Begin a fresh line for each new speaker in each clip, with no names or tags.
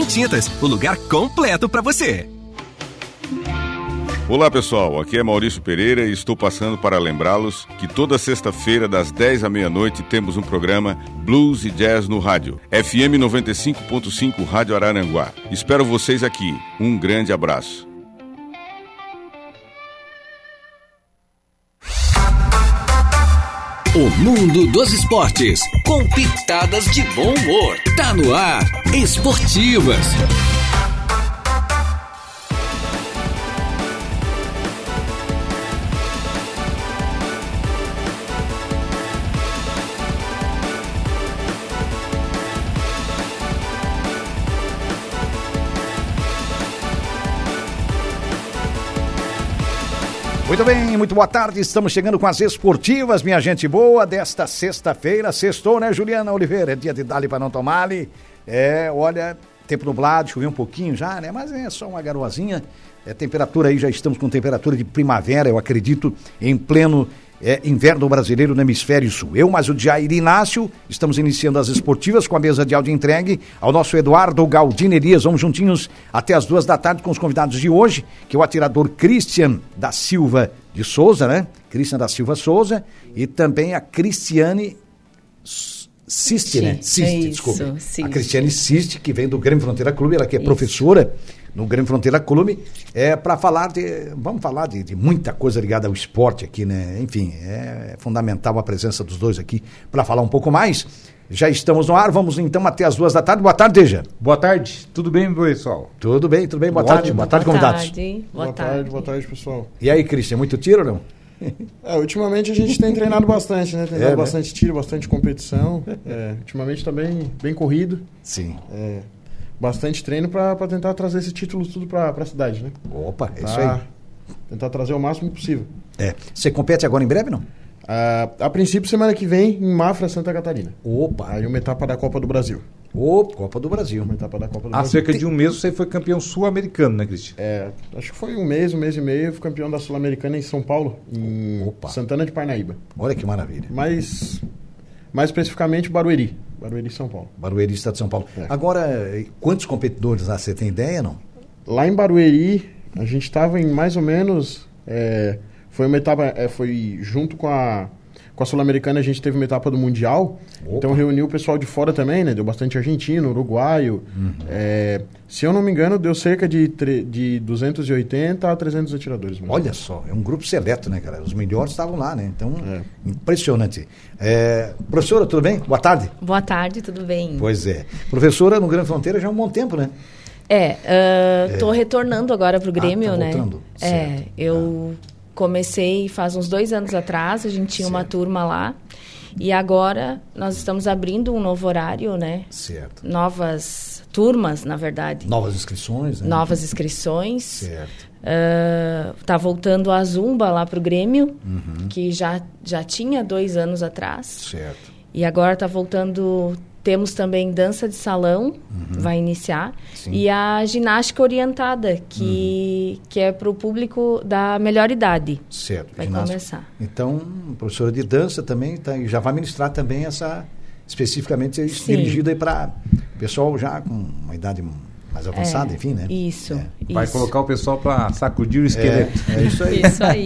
Tintas, o lugar completo para você.
Olá pessoal, aqui é Maurício Pereira e estou passando para lembrá-los que toda sexta-feira, das 10 à meia-noite, temos um programa Blues e Jazz no Rádio, FM 95.5 Rádio Araranguá. Espero vocês aqui. Um grande abraço.
O mundo dos esportes, com pitadas de bom humor. Tá no ar, Esportivas.
Muito bem, muito boa tarde. Estamos chegando com as esportivas, minha gente boa, desta sexta-feira. Sextou, né, Juliana Oliveira? É dia de dali para não tomar ali. É, olha, tempo nublado, choveu um pouquinho já, né? Mas é só uma garoazinha. É temperatura aí, já estamos com temperatura de primavera, eu acredito, em pleno é, inverno brasileiro no hemisfério sul. Eu, mais o Jair Inácio, estamos iniciando as esportivas com a mesa de áudio entregue ao nosso Eduardo Galdino Elias. Vamos juntinhos até as duas da tarde com os convidados de hoje, que é o atirador Christian da Silva de Souza, né? Christian da Silva Souza e também a Cristiane Siste, né? Siste,
é isso,
desculpa.
Siste.
A Cristiane Siste, que vem do Grêmio Fronteira Clube, ela que é professora no Grêmio Fronteira Clube, é para falar de. Vamos falar de, de muita coisa ligada ao esporte aqui, né? Enfim, é fundamental a presença dos dois aqui para falar um pouco mais. Já estamos no ar, vamos então até as duas da tarde. Boa tarde, Deja.
Boa tarde, tudo bem, pessoal?
Tudo bem, tudo bem? Boa
Ótimo.
tarde, boa tarde,
boa
convidados.
Tarde. Boa,
Boa tarde, boa tarde, pessoal.
E aí, Cristian, muito tiro ou não?
É, ultimamente a gente tem treinado bastante, né? Tem
É, né?
dado bastante tiro, bastante competição. É, ultimamente tá bem, bem corrido.
Sim.
É, bastante treino pra pra tentar trazer esse título tudo pra, pra cidade, né?
Opa, é
Tá-
isso aí.
Tentar trazer o máximo possível.
É. Você compete agora em breve, não?
Ah, a princípio, semana que vem, em Mafra, Santa Catarina.
Opa,
Aí uma etapa da Copa do Brasil.
opa, Copa do Brasil.
Uma etapa da Copa do
Ah,
Há
Brasil.
cerca de um mês você foi campeão sul-americano, né, Cristian?
É, acho que foi um mês, um mês e meio, eu fui campeão da Sul-Americana em São Paulo, em
Opa.
Santana de Parnaíba.
Olha que maravilha.
Mas, mais especificamente, Barueri. Barueri, São Paulo.
Barueri, Estado de São Paulo.
É.
Agora, quantos competidores lá você tem ideia, não?
Lá em Barueri, a gente estava em mais ou menos. é, foi uma etapa. é, foi junto com a, com a Sul-Americana, a gente teve uma etapa do Mundial.
Opa.
Então reuniu o pessoal de fora também, né? Deu bastante argentino, uruguaio.
Uhum.
É, se eu não me engano, deu cerca de, tre- de 280 a 300 atiradores. mais ou
Olha só, é um grupo seleto, né, cara? Os melhores estavam lá, né? Então, impressionante. É, professora, tudo bem? Boa tarde.
Boa tarde, tudo bem?
Pois é. Professora no Grande Fronteira já há um bom tempo, né?
É, ah, tô retornando agora pro Grêmio,
tá
né?
voltando,
É,
certo. Tá.
eu comecei faz uns dois anos atrás, a gente tinha uma
Certo.
turma lá. E agora nós estamos abrindo um novo horário, né?
Certo.
Novas turmas, na verdade.
Novas inscrições, né?
Novas inscrições.
Certo.
Ah, tá voltando a Zumba lá pro Grêmio,
Uhum.
que já, já tinha dois anos atrás.
Certo.
E agora está voltando. Temos também dança de salão, vai iniciar.
Uhum. Sim. Uhum.
E a ginástica orientada, que, que é para o público da melhor idade.
Certo.
Vai
Ginástica.
começar.
Então, professora de dança também tá, e já vai ministrar também essa especificamente isso,
Sim.
dirigida aí para pessoal já com uma idade
É.
mais avançada, enfim, né?
Isso.
Vai
isso.
colocar o pessoal pra sacudir o esqueleto.
É isso aí.
Isso aí.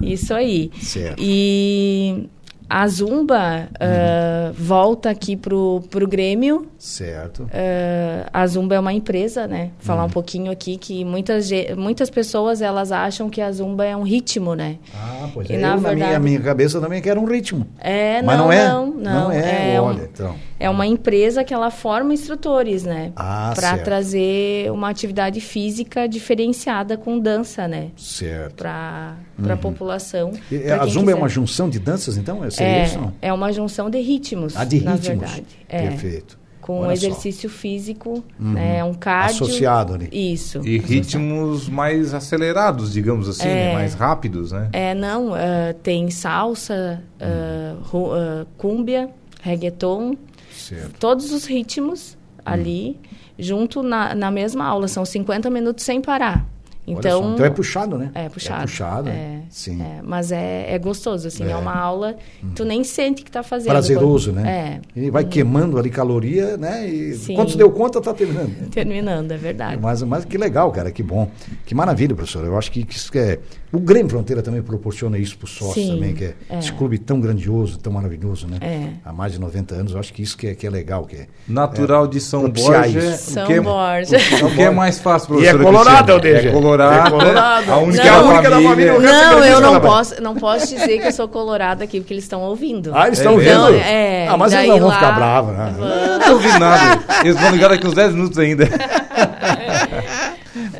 Isso aí.
É. Certo. Uhum.
E a Zumba ah, volta aqui pro, pro Grêmio.
Certo.
Ah, a Zumba é uma empresa, né? Falar
Uhum.
um pouquinho aqui que muitas, ge- muitas pessoas elas acham que a Zumba é um ritmo, né?
Ah, pois
E
é.
na
Eu, na minha,
verdade-
minha cabeça também quero um ritmo.
É,
Mas
não,
não é?
não, não,
Não é,
um-
olha, então.
É uma empresa que ela forma instrutores, né?
Ah,
Para
certo.
trazer uma atividade física diferenciada com dança, né?
Certo.
Para a população.
Uhum. E,
pra
a
quem
Zumba é
quiser.
uma junção de danças, então? É, seria
é,
isso, não?
é uma junção de ritmos,
Ah, de
na
ritmos.
verdade. É,
Perfeito.
Com
Olha só. Uhum.
exercício físico, né? Um cardio.
Associado ali.
Isso.
E
associado.
ritmos mais acelerados, digamos assim, né?
É.
mais rápidos, né?
É, não, ah, tem salsa,
Uhum.
ah, ru- ah, cúmbia, reggaeton,
Certo. Uhum.
todos os ritmos ali, junto na, na mesma aula. São 50 minutos sem parar. Então,
então é puxado, né?
é puxado.
É puxado,
é,
sim. Uhum.
é, mas é, é gostoso, assim, é, uma aula, tu nem sente que tá fazendo.
Prazeroso,
quando-
né?
É,
E vai queimando ali caloria, né? E
Sim.
quando se deu conta, tá terminando.
terminando, é verdade.
Mas, mas que legal, cara, que bom. Que maravilha, professor. Eu acho que, que isso é. O Grêmio Fronteira também proporciona isso pro sócio
Sim,
também, que é,
é.
esse clube tão grandioso, tão maravilhoso, né?
É.
Há mais de 90 anos, eu acho que isso que é, que é legal. Que é.
Natural de São
Propiciar
Borja.
isso.
o
São
que é-
Borja.
O que é mais fácil,
E é
professora
colorado,
Cristiane?
Aldeia.
É colorado. A única,
Não, a
única da família, o resto-
Não,
Você
eu não
fala, vai.
posso, não posso dizer que eu sou colorada aqui, porque eles estão ouvindo.
Ah, eles estão
É
vendo?
Não, é,
ah, mas eles
daí
não vão
lá-
ficar bravos, né?
Eu não ouvi nada. Eles vão ligar daqui uns 10 minutos ainda.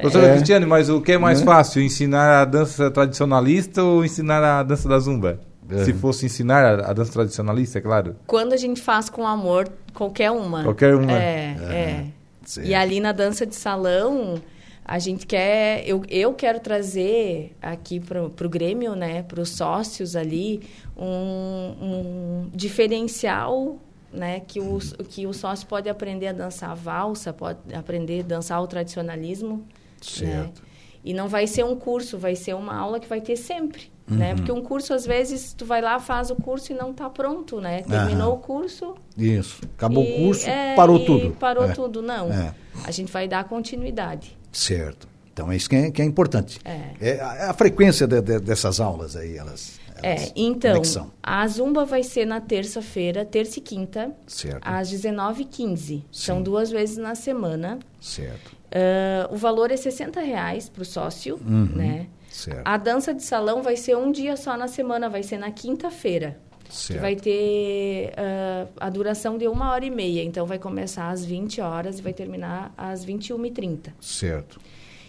Professora Cristiane, mas o que é
Né?
mais fácil? Ensinar a dança tradicionalista ou ensinar a dança da zumba?
É.
Se fosse ensinar a, a dança tradicionalista, é claro.
Quando a gente faz com amor, qualquer uma.
Qualquer uma.
É, é.
Certo.
E ali na dança de salão, a gente quer. Eu, eu quero trazer aqui pro, pro Grêmio, né? Para os sócios ali, um, um diferencial. Né, que, o, que o sócio pode aprender a dançar a valsa, pode aprender a dançar o tradicionalismo. Né?
Certo.
E não vai ser um curso, vai ser uma aula que vai ter sempre.
Uhum.
Né? Porque um curso, às vezes, tu vai lá, faz o curso e não está pronto. Né? Terminou o curso,
Isso. Acabou
e-
o curso,
é,
parou
e
tudo.
Parou
É,
tudo, não.
É.
A gente vai dar continuidade.
Certo. Então é isso que é, que é importante.
É.
a, a frequência de- de- dessas aulas aí, elas. elas
É, então,
como que são?
a Zumba vai ser na terça-feira, terça e quinta,
Certo.
às 19h15. São
Sim.
duas vezes na semana.
Certo.
Ah, o valor é R$ 60 reais para o sócio,
Uhum.
né?
Certo.
A dança de salão vai ser um dia só na semana, vai ser na quinta-feira. Que
certo.
vai ter ah, a duração de uma hora e meia. Então, vai começar às 20 horas e vai terminar às 21h30.
Certo.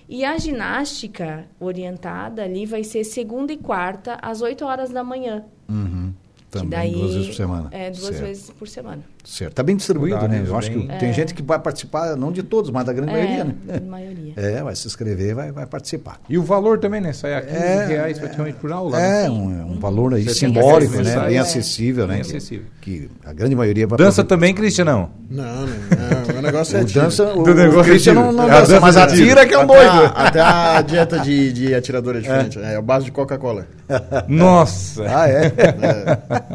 E a ginástica orientada ali vai ser segunda e quarta, às 8 horas da manhã.
Uhum.
Que
Também
daí-
duas vezes por semana.
É, duas
Certo.
vezes por semana.
Certo. Está bem distribuído, né?
Horários
Eu acho
bem- é.
que tem gente que vai participar, não de todos, mas da grande maioria,
é,
né?
maioria.
É, vai se inscrever, vai, vai participar.
E o valor também, né? Sai a 15
É,
reais praticamente por aula. né?
É um, um valor aí
Você tem
simbólico,
que
né?
acessar,
Bem
é.
acessível, né?
Bem
Que-
acessível.
Que, a grande maioria vai
Dança também, Cristian, não?
Não, não, não. O negócio é
O
tiro.
dança, o,
Do
o
negócio
Christian
é tiro.
não, não
É a
dança,
dança
mas
do tiro.
atira que é um
Até
doido.
a- Até a dieta de, de atirador é diferente. É, a base de Coca-Cola.
Nossa!
Ah, é?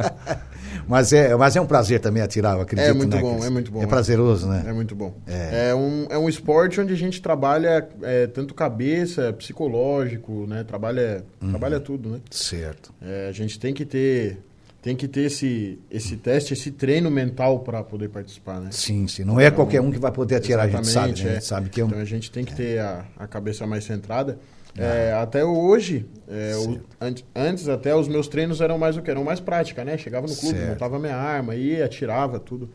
mas, é, mas é um prazer também atirar, eu acredito.
É muito
né,
bom,
Cris?
é muito bom,
É
é.
prazeroso, né?
É muito bom.
É.
É, um, é um esporte onde a gente trabalha é, tanto cabeça, psicológico, né? Trabalha,
Uhum.
trabalha tudo, né?
Certo.
É, a gente tem que ter, tem que ter esse, esse teste, esse treino mental para poder participar, né?
Sim, sim. Não é qualquer um que vai poder atirar, a gente
Exatamente,
sabe, né? A
é.
gente sabe que é Ah. um...
Então a gente tem que ter a, a cabeça mais centrada. É, até hoje, é, o- ante- antes até os meus treinos eram mais o que? Eram mais prática, né? Chegava no clube,
Certo. Uhum.
montava minha arma, ia, atirava, tudo.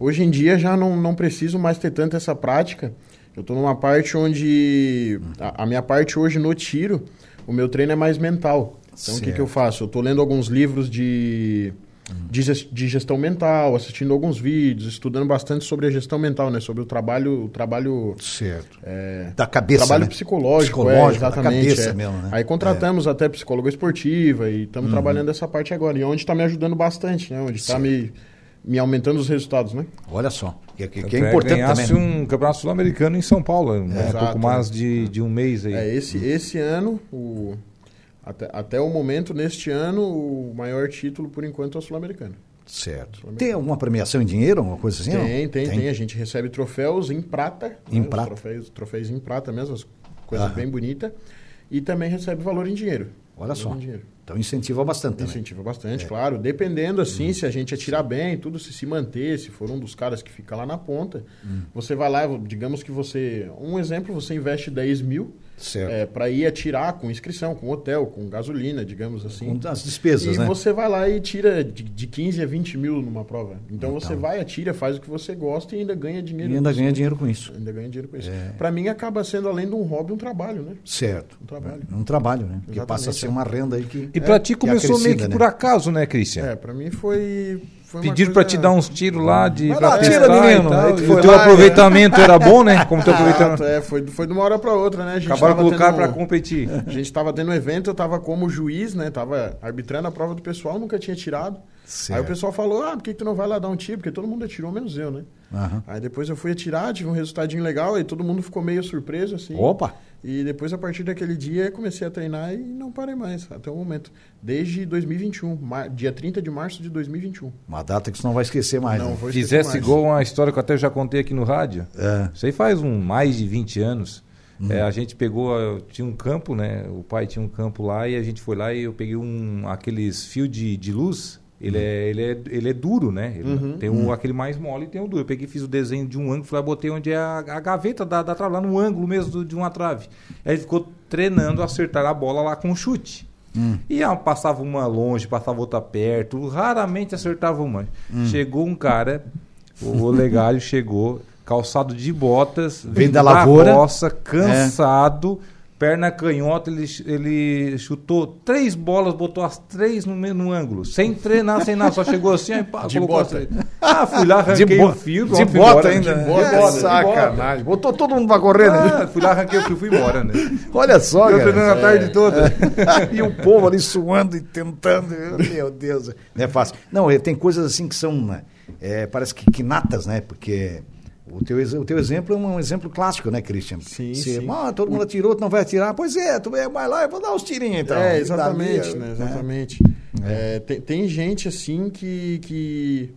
Hoje em dia já não, não preciso mais ter tanta essa prática. Eu tô numa parte onde. A, a minha parte hoje no tiro, o meu treino é mais mental. Então o que, que eu
Certo.
faço? Eu tô lendo alguns livros de, de, ges- de gestão mental, assistindo alguns vídeos, estudando bastante sobre a gestão mental, né? Sobre o trabalho, o trabalho
Certo. da cabeça,
É. trabalho
né?
psicológico,
Psicológico,
é,
da
exatamente.
cabeça
é.
mesmo, né? Uhum.
Aí contratamos até psicóloga esportiva e estamos trabalhando essa parte agora. E é onde está me ajudando bastante, né? Onde está me, me aumentando os resultados, né?
Olha só, que, que- que
Tanto
é importante
ganhasse
também. né?
um campeonato sul-americano em São Paulo, né?
Exato,
pouco mais de, de um mês aí.
É, esse,
Uhum.
esse ano, o, até, até o momento, neste ano, o maior título, por enquanto, é o Sul-Americano.
Certo. Tem alguma premiação em dinheiro, alguma coisa assim? não?
Tem, tem, tem, A gente recebe troféus em prata. né?
Em
os
prata.
Troféus, troféus em prata mesmo, as coisas
Aham.
bem bonitas. E também recebe valor em dinheiro.
Olha
Valor
só.
em dinheiro.
Então incentiva bastante também. É. Uhum.
Incentiva bastante, claro. Dependendo, assim, se a gente atirar bem, tudo, se se manter, se for um dos caras que fica lá na ponta,
Hum.
você vai lá, digamos que você... Um exemplo, você investe 10 mil
Certo.
para ir atirar com inscrição, com hotel, com gasolina, digamos assim.
Com as despesas,
e
né?
você vai lá e tira de, de 15 a 20 mil numa prova. Então, você vai, atira, faz o que você gosta e ainda ganha dinheiro.
E ainda
com
ganha
isso.
dinheiro com isso.
Ainda ganha dinheiro com isso. Para mim, acaba sendo, além de um hobby, um trabalho, né?
Certo.
Um trabalho.
Um trabalho, né? Que passa a ser
é.
uma renda aí que.
E pra ti
que
começou meio
acrescida,
que
né?
por acaso, né, Cristian?
É, para mim foi... foi uma
Pediram pra
coisa-
te dar um uns tiros lá de
Vai
pra
lá, atira,
testar
menino.
e tal.
Aí tu
E
foi
o teu
lá,
aproveitamento era bom, né? Como teu
é. Exato,
aproveitamento.
é, foi, foi de uma hora para outra, né? A gente
Acabaram de
tava
colocar
tendo-
pra competir.
A gente estava tendo um evento, eu estava como juiz, né? Tava arbitrando a prova do pessoal, nunca tinha tirado.
Certo.
Aí o pessoal falou, ah, por que, que tu não vai lá dar um tiro? Porque todo mundo atirou, menos eu, né?
Aham.
Aí depois eu fui atirar, tive um resultadinho legal, aí todo mundo ficou meio surpreso, assim.
Opa!
E depois, a partir daquele dia, comecei a treinar e não parei mais, até o momento. Desde 2021, mar- dia 30 de março de 2021.
Uma data que você não vai esquecer mais.
Não,
né?
vou-
Fizesse
demais.
gol uma história que eu até já contei aqui no rádio.
É.
Isso aí faz um, mais de 20 anos. É, a gente pegou, eh, tinha um campo, né? O pai tinha um campo lá e a gente foi lá e eu peguei um, aqueles fios de, de luz. Ele, é, ele, é, ele é duro, né? Ele- tem o, aquele mais mole e tem o duro. Eu peguei, fiz o desenho de um ângulo, fui lá, botei onde é a, a gaveta da, da trave, lá no ângulo mesmo do- de uma trave. Aí ele ficou treinando a acertar a bola lá com um chute. E ah, passava uma longe, passava outra perto, raramente acertava uma. Chegou um cara, o Olegário chegou, calçado de botas,
Vem da lavoura. É.
roça, cansado, perna canhota, ele, ch- ele chutou três bolas, botou as três no mesmo ângulo, sem treinar, sem nada, só chegou assim, aí pá,
De
colocou
bota.
as três. Ah, fui lá, arranquei
bo-
o fio.
de
ó, fui
bota
embora,
ainda. né?
De bota,
É,
de bota.
sacanagem. Botou todo mundo pra correr, né?
Ah, fui lá, arranquei o fio, fui embora, né?
Olha é. só,
Eu
cara.
treinando a tarde toda.
e o povo ali suando e tentando. Meu Deus, não é fácil. Não, eh, tem coisas assim que são, né, eh, parece que, que natas, né? Porque o teu, ex- o teu exemplo é um exemplo clássico, né, Christian?
Sim,
Se,
sim.
"Ah, todo mundo atirou, tu não vai atirar. Pois é, tu vai- vai lá, eu vou dar uns tirinhos então.
é,
E dali,
exatamente,
eh,
né? Exatamente. É, tem, tem gente assim que. que...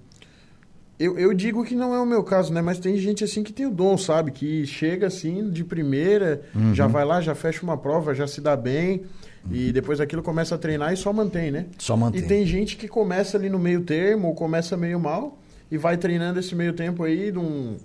Eu, eu digo que não é o meu caso, né? Mas tem gente assim que tem o dom, sabe? Que chega assim de primeira,
Uhum.
já vai lá, já fecha uma prova, já se dá bem. E depois daquilo começa a treinar e só mantém, né?
Só mantém.
E tem gente que começa ali no meio termo, ou começa meio mal, e vai treinando esse meio tempo aí, de um-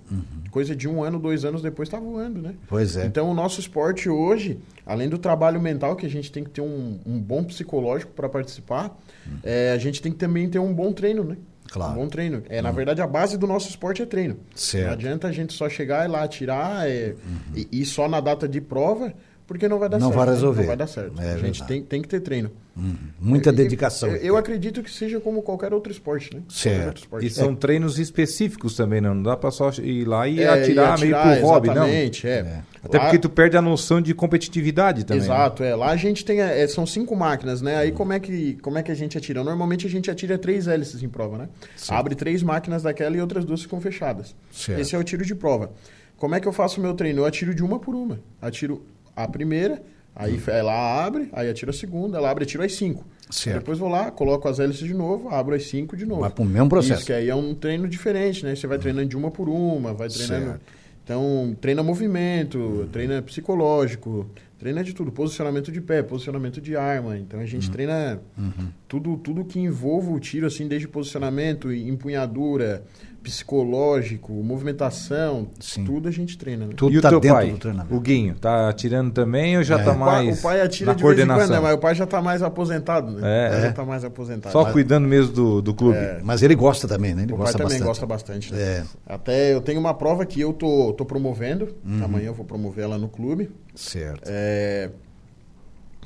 coisa de um ano, dois anos depois, tá voando, né?
Uhum. Pois é.
Então, o nosso esporte hoje, além do trabalho mental, que a gente tem que ter um, um bom psicológico para participar, é, a gente tem que também ter um bom treino, né?
Claro.
Um bom treino. É, Na verdade, a base do nosso esporte é treino.
Certo.
Não adianta a gente só chegar e lá atirar é, e, e só na data de prova, porque não vai dar
Não
certo.
vai
né?
resolver.
Não vai dar certo.
É
a gente
verdade.
tem, tem que ter treino.
né? Muita
E-
dedicação. é
Eu, eu acredito que seja como qualquer outro esporte, né?
Certo.
Qualquer outro esporte.
E são treinos específicos também, né? Não dá pra só ir lá e
É,
atirar, meio pro hobby, não.
exatamente, é.
Até
Lá-
porque tu perde a noção de competitividade também. né?
Exato, é. Lá a gente tem. é, são cinco máquinas, né? Aí como é, que, como é que a gente atira? Normalmente a gente atira três hélices em prova, né? Abre três máquinas daquela e outras duas ficam fechadas.
Certo.
Esse é o tiro de prova. Como é que eu faço o meu treino? Eu atiro de uma por uma. Atiro a primeira, aí
Hum.
fe- ela abre, aí atiro a segunda, ela abre, atiro as cinco.
Certo.
Depois vou lá, coloco as hélices de novo, abro as cinco de novo.
Vai pro mesmo processo. Hum.
Isso, que aí é um treino diferente, né? Você vai treinando de uma por uma, vai treinando.
Certo.
Então, treina movimento, treina psicológico, treina de tudo. Posicionamento de pé, posicionamento de arma. Então, a
Uhum.
gente treina tudo, tudo que envolve o tiro, assim, desde posicionamento, empunhadura, psicológico, movimentação.
Sim.
Tudo a gente treina. né?
e
Tudo
o
tá
teu
dentro
pai,
do treinamento.
o Guinho, tá atirando também ou já tá
É. O pai,
mais
o pai atira
na
de vez em
coordenação?
quando, né? mas o pai já tá mais aposentado,
É,
né? O pai É.
é.
já tá mais aposentado.
Só
Mas-
cuidando mesmo do, do clube.
É, Mas ele gosta também, né? Ele
O pai
gosta
também
bastante.
gosta bastante. né?
É.
Até eu tenho uma prova que eu tô, tô promovendo.
Uhum.
Amanhã eu vou promover ela no clube.
Certo.
É,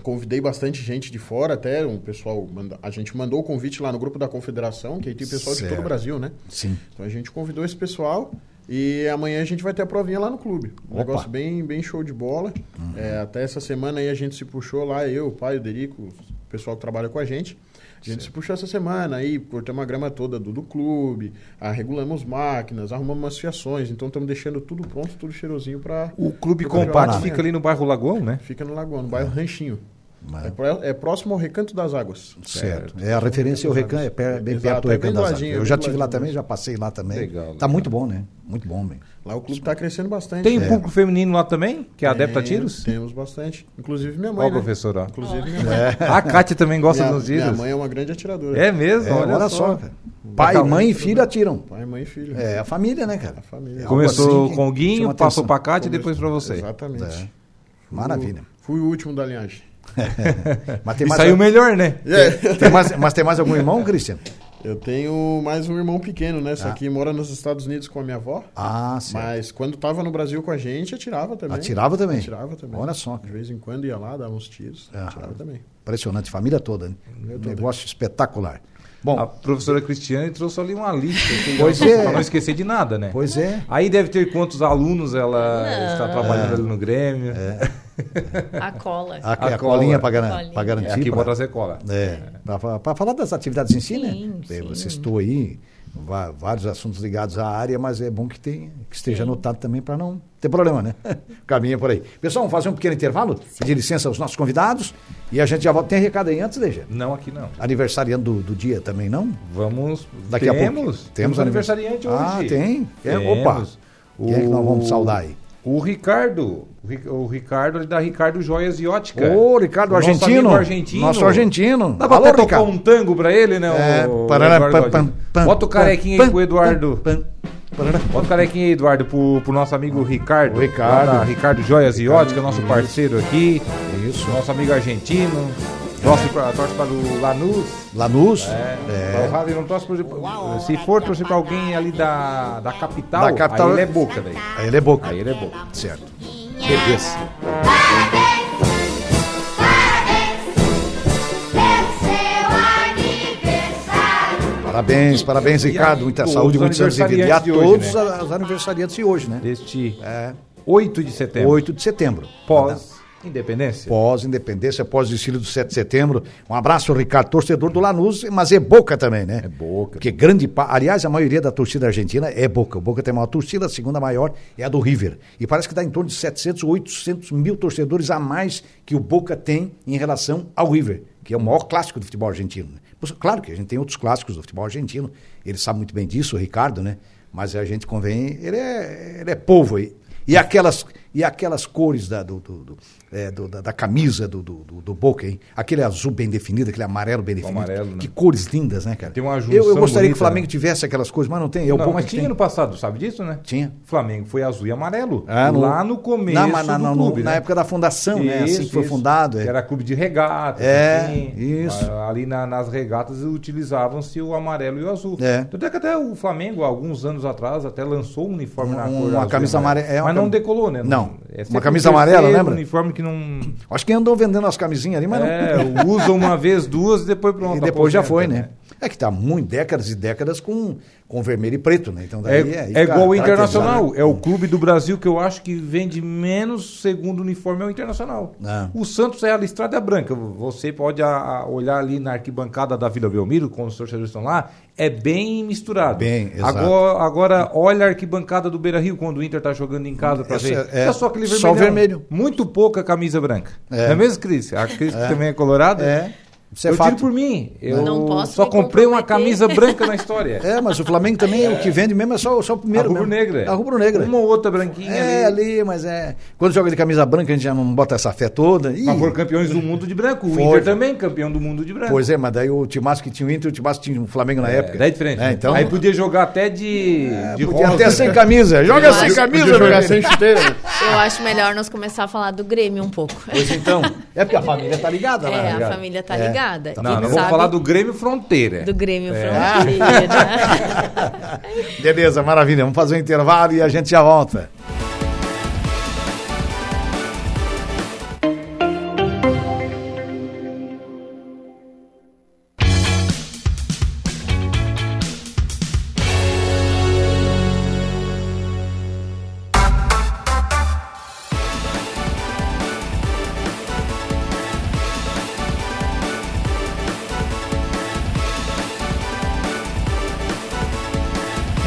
convidei bastante gente de fora, até um pessoal. manda- a gente mandou o convite lá no grupo da confederação, que aí tem pessoal de todo
Certo.
o Brasil, né?
Sim.
Então a gente convidou esse pessoal e amanhã a gente vai ter a provinha lá no clube. Um
Opa.
negócio bem, bem show de bola. É, até essa semana aí a gente se puxou lá, eu, o pai, o Derico, o pessoal que trabalha com a gente. A gente se puxou essa semana aí, cortamos a grama toda do, do clube, ah, regulamos máquinas, arrumamos umas fiações, então estamos deixando tudo pronto, tudo cheirosinho para.
O clube
Pro campeonato.
compacto fica ali no bairro Lagoão, né?
Fica no Lagoa, no bairro Ranchinho.
Mas-
É, pró- é próximo ao Recanto das Águas.
Certo. É a referência ao Recan, é per- bem
Exato,
perto do
é
Recan
bem do
das
ladinho,
Águas. Eu
é
já
bem do
tive lá
ladinho.
também, já passei lá também.
Legal,
Tá
legal.
muito bom, né? Muito bom, bem.
Lá o clube está crescendo bastante.
Tem
É.
um público feminino lá também, que é adepto a
Tem-
tiros?
Temos bastante. Inclusive minha mãe.
Ó,
né?
professor, ó.
Inclusive minha mãe.
É.
A Kátia também gosta
minha,
dos
minha
tiros.
mãe é uma grande atiradora.
É mesmo,
É, olha, só, cara. Pai,
Bacana.
mãe e filho atiram.
Pai, mãe e filho.
É a família, né, cara?
família.
É algo
Começou
assim que
com o
chama
Guinho,
atenção.
passou pra Kátia e depois pra você.
Exatamente.
É.
Fui o-
Maravilha.
Fui o último da linhagem.
Mas tem
É. E
mais, É.
saiu melhor, né?
tem mais- mas tem mais algum irmão, Cristian?
Eu tenho mais um irmão pequeno, né? Só que mora nos Estados Unidos com a minha avó.
Ah, sim.
Mas quando tava no Brasil com a gente, atirava também.
Atirava também?
Atirava também.
Olha só, cara.
De vez em quando ia lá, dava uns tiros.
Ah.
Atirava também.
Impressionante, família toda, né? Negócio espetacular. Bom,
A professora Cristiane trouxe ali uma lista, assim,
Pois
pra
é.
não esquecer de nada, né?
pois é.
Aí deve ter quantos alunos ela
Não.
É.
está trabalhando ali no Grêmio.
A cola.
A,
A
é a colinha
cola.
para garan
Colinha.
pra garantir.
É, aqui em
pra-
Ponta cola.
É, para falar das atividades em si,
Sim,
né?
sim.
Você citou aí va- vários assuntos ligados à área, mas é bom que, tem, que esteja anotado também para não ter problema, né? Caminha por aí. Pessoal, vamos fazer um pequeno intervalo, pedir licença aos nossos convidados e a gente já volta. Tem recado aí antes, Deja?
Não, aqui não.
Aniversariando do, do dia também, não?
Vamos.
Daqui
temos,
a pouco.
Temos
anivers-
aniversariante hoje.
Ah, tem? É,
Temos.
opa. Quem é que nós vamos saudar aí?
O Ricardo. O Ri- O Ricardo ele da Ricardo Joias e Ótica.
Ô, Ricardo
nosso
Argentino.
amigo argentino.
Nosso argentino.
Dá pra
Alô,
até tocar
Ricardo.
um tango pra ele, né?
É,
o- o
parará,
Eduardo
pam,
Godinho?
pam,
Bota o
pam,
carequinha
pam,
aí pro Eduardo.
pam, pam, parará.
Bota o carequinha aí, Eduardo, pro, pro nosso amigo Ricardo.
O Ricardo.
lá da Ricardo Joias e Ótica, nosso parceiro aqui.
Isso.
Nosso amigo argentino. Torce pra, torce para o Lanús.
Lanús.
É. Mas o Não torce pro- se for torcer pra alguém ali da, da capital,
Da capital-
aí ele é boca daí.
Aí ele é boca.
Aí ele é boca.
Certo. Beleza. Parabéns, parabéns, Ricardo. Muita
todos
saúde,
os
muitos anos de vida. E a
aniversariantes de
todos
hoje, né?
a- os aniversariantes de hoje, né?
Deste
É,
8 de setembro.
8 de setembro.
Pós independência.
Pós-independência, pós-desfile do 7 de setembro. Um abraço, Ricardo, torcedor do Lanús, mas é Boca também, né? É
Boca.
Porque grande. pa- Aliás, a maioria da torcida argentina é Boca. O Boca tem a maior torcida, a segunda maior é a do River. E parece que dá em torno de 700 ou 800 mil torcedores a mais que o Boca tem em relação ao River, que é o maior clássico do futebol argentino. né? Pois, Claro que a gente tem outros clássicos do futebol argentino, ele sabe muito bem disso, o Ricardo, né? Mas a gente convém, ele é, ele é povo aí. E aquelas, e aquelas cores da, do, do- do- é, do- da, da camisa do, do, do- do Boca, hein? Aquele azul bem definido, aquele amarelo bem definido.
amarelo, né?
Que cores lindas, né, cara?
Tem uma
eu, eu
junção
gostaria que o
bonita,
Flamengo
né?
tivesse aquelas coisas, mas não tem. É o
Não,
Boca
mas
que
tinha
tem.
no passado, sabe disso, né?
Tinha.
Flamengo foi azul e amarelo
Ah,
lá no começo
Não, mas na,
do
na-
clube,
na
né?
época da fundação, né? Assim que
Isso,
foi
isso.
fundado. é.
Que Era clube de regatas.
É, isso.
Mas Ali na- nas regatas utilizavam-se o amarelo e o azul.
É.
Tanto é que até o Flamengo, alguns anos atrás, até lançou um uniforme na
Um-
cor
uma
azul e
camisa
amarelo.
amarela- é uma
mas não
cam-
decolou, né?
Não. Uma
sempre
camisa
o terceiro
amarela, lembra?
uniforme que não...
Acho que andou vendendo as camisinhas ali, mas não.
É, usa uma vez, duas e depois pronto.
e depois já foi,
aposenta,
né? É que tá muito décadas e décadas com, com vermelho e preto, né? Então daí
É,
aí
é
tá
igual
caracterizado,
o Internacional.
né?
É o clube do Brasil que eu acho que vende menos segundo uniforme é o Internacional.
Ah.
O Santos é a listrada branca. Você pode a- a olhar ali na arquibancada da Vila Belmiro, quando os torcedores estão lá, é bem misturado.
Bem, exato.
Agora, agora olha a arquibancada do Beira Rio quando o Inter está jogando em casa para
Essa
ver.
é-
É, só aquele vermelho.
só vermelho.
Muito pouca camisa branca.
É.
Não é mesmo, Cris? A Cris que também é colorada.
É. Isso é
eu
fato.
tiro por mim. Eu
Não posso
só
me
comprei uma
comprometer.
camisa branca na história.
É, mas o Flamengo também, o que vende mesmo é só, só o
A
primeiro. mesmo.
rubro-negra.
A rubro-negra.
Uma ou outra branquinha
É,
ali.
ali, mas é. Quando joga de camisa branca, a gente já não bota essa fé toda. Ih,
Mas foram campeões do mundo de branco. O
Foi.
Inter também campeão do mundo de branco.
pois é, mas daí o Timaço que tinha o Inter, o Timaço tinha o Flamengo na época.
Daí é diferente.
É, então, É,
Aí podia jogar até de, de
podia
rosa.
até sem camisa. Joga sem
Podia
camisa,
Podia jogar
Juliano.
sem chuteira. né?
Eu acho melhor nós começar a falar do Grêmio um pouco.
Pois então. É porque a família tá ligada lá.
É,
ligado?
a família tá
É.
ligada.
Tá
Quem
Não, não vamos
sabe
falar do Grêmio Fronteira.
do Grêmio
É.
Fronteira.
Beleza, maravilha. Vamos fazer um intervalo e a gente já volta.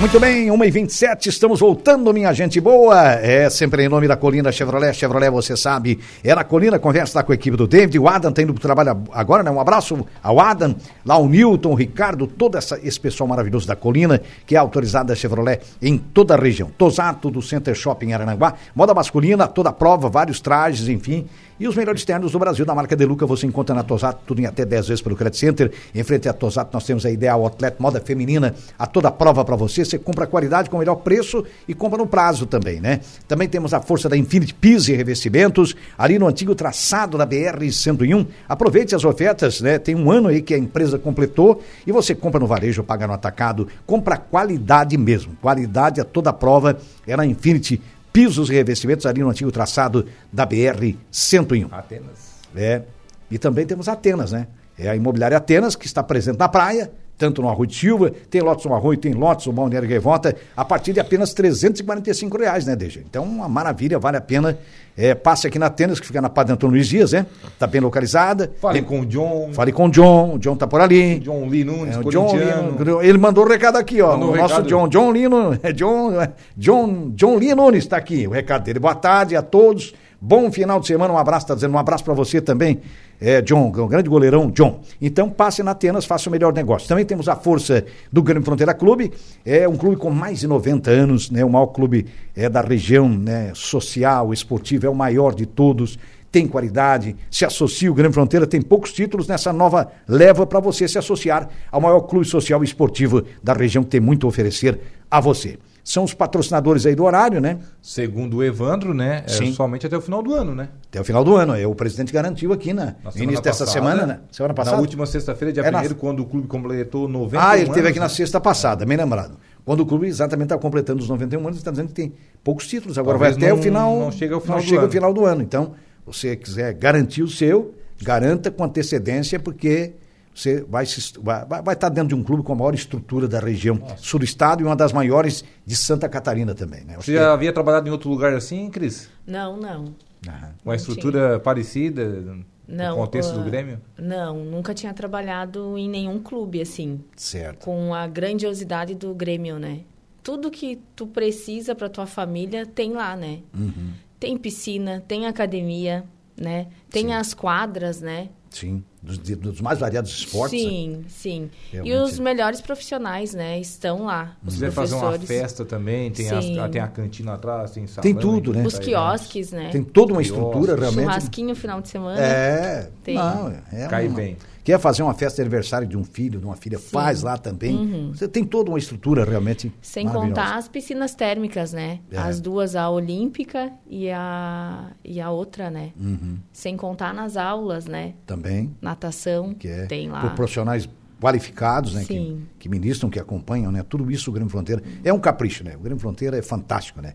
Muito bem, 1h27, estamos voltando, minha gente boa. É sempre em nome da Colina Chevrolet. Chevrolet, você sabe, é na Colina, conversa lá com a equipe do David. O Adam tá indo pro trabalho agora, né? Um abraço ao Adam, lá o Newton, o Ricardo, todo essa, esse pessoal maravilhoso da Colina, que é autorizada Chevrolet em toda a região. Tosato do Center Shopping Arananguá, moda masculina, toda a prova, vários trajes, enfim. E os melhores ternos do Brasil, da marca Deluca, você encontra na Tosato, tudo em até 10 vezes pelo Credit Center. Em frente à Tosato, nós temos a Ideal Outlet, moda feminina, a toda prova para você. Você compra qualidade com o melhor preço e compra no prazo também, né? Também temos a força da Infinity Pise e Revestimentos, ali no antigo traçado da BR-101. Aproveite as ofertas, né? Tem um ano aí que a empresa completou e você compra no varejo, paga no atacado, compra qualidade mesmo. Qualidade a toda prova é na Infinity Pisos e revestimentos ali no antigo traçado da BR-101.
Atenas.
É. E também temos Atenas, né? É a imobiliária Atenas, que está presente na praia, tanto no Arroio de Silva, tem lotes no Arroio, tem lotes no Balneário Gaivota, a partir de apenas 345 reais, né, DG? Então, uma maravilha, vale a pena. É, passe aqui na Tênis, que fica na Padre Antônio Luiz Dias, né? Tá bem localizada.
Fale
Tem-
com o John.
Fale com o John, o John tá por ali.
John Lee Nunes,
É, o John
corintiano.
Lino, ele mandou o recado aqui, ó.
Mandou
o
o
nosso
recado.
John, John Lino, é John, é, John, John Lino Nunes está aqui. O recado dele. Boa tarde a todos. Bom final de semana, um abraço, tá dizendo um abraço para você também, é, John, é um grande goleirão, John. Então passe na Atenas, faça o melhor negócio. Também temos a força do Grêmio Fronteira Clube, é um clube com mais de 90 anos, né? O maior clube é, da região, né? Social, esportivo, é o maior de todos tem qualidade, se associa. O Grande Fronteira tem poucos títulos nessa nova leva para você se associar ao maior clube social e esportivo da região que tem muito a oferecer a você. São os patrocinadores aí do horário, né?
Segundo o Evandro, né? É
Sim.
somente até o final do ano, né?
Até o final do ano. É, o presidente garantiu aqui na,
Na
no
semana
início dessa
passada.
semana, né? Semana passada.
Na última sexta-feira, dia
É, na-
1 quando o clube completou 91
Ah, ele teve
anos,
aqui na
né?
sexta passada, bem lembrado. Quando o clube exatamente está completando os 91 anos, ele está dizendo que tem poucos títulos. Agora
Talvez
vai até o
não-
final.
não chega ao final
não
do
chega ao
ano.
final do ano. Então, você quiser garantir o seu, garanta com antecedência, porque você vai estar vai, vai, vai tá dentro de um clube com a maior estrutura da região sul do estado e uma das maiores de Santa Catarina também. Né? Acho
Você
que-
já havia trabalhado em outro lugar assim, Cris?
Não, não.
Aham.
Uma
Não
estrutura parecida
Não.
no contexto
ah,
do Grêmio?
Não, nunca tinha trabalhado em nenhum clube assim,
Certo.
com a grandiosidade do Grêmio, né? Tudo que tu precisa para tua família tem lá, né?
Uhum.
Tem piscina, tem academia, né? Tem as quadras, né?
Sim. Dos, de- dos mais variados esportes. né?
sim, sim. E
Realmente.
os melhores profissionais, né, estão lá.
Se
Os
quiser fazer uma
professores.
festa também, tem, as-
Sim.
tem a cantina atrás, tem salão.
Tem tudo, né?
Os quiosques, né?
Tem toda uma estrutura realmente.
Churrasquinho final de semana.
É,
Tem.
não, é
Cai
uma-
bem.
Quer fazer uma festa de aniversário de um filho, de uma filha, faz lá também. Você tem toda uma estrutura realmente
Uhum. Sem
maravilhosa.
contar as piscinas térmicas, né?
É.
As duas, a olímpica e a, e a outra, né?
Uhum.
Sem contar nas aulas, né?
Também,
Natação,
que é
tem lá.
por profissionais qualificados, né? Que,
Sim.
que ministram, que acompanham, né? Tudo isso o Grêmio Fronteira é um capricho, né? O Grêmio Fronteira é fantástico, né?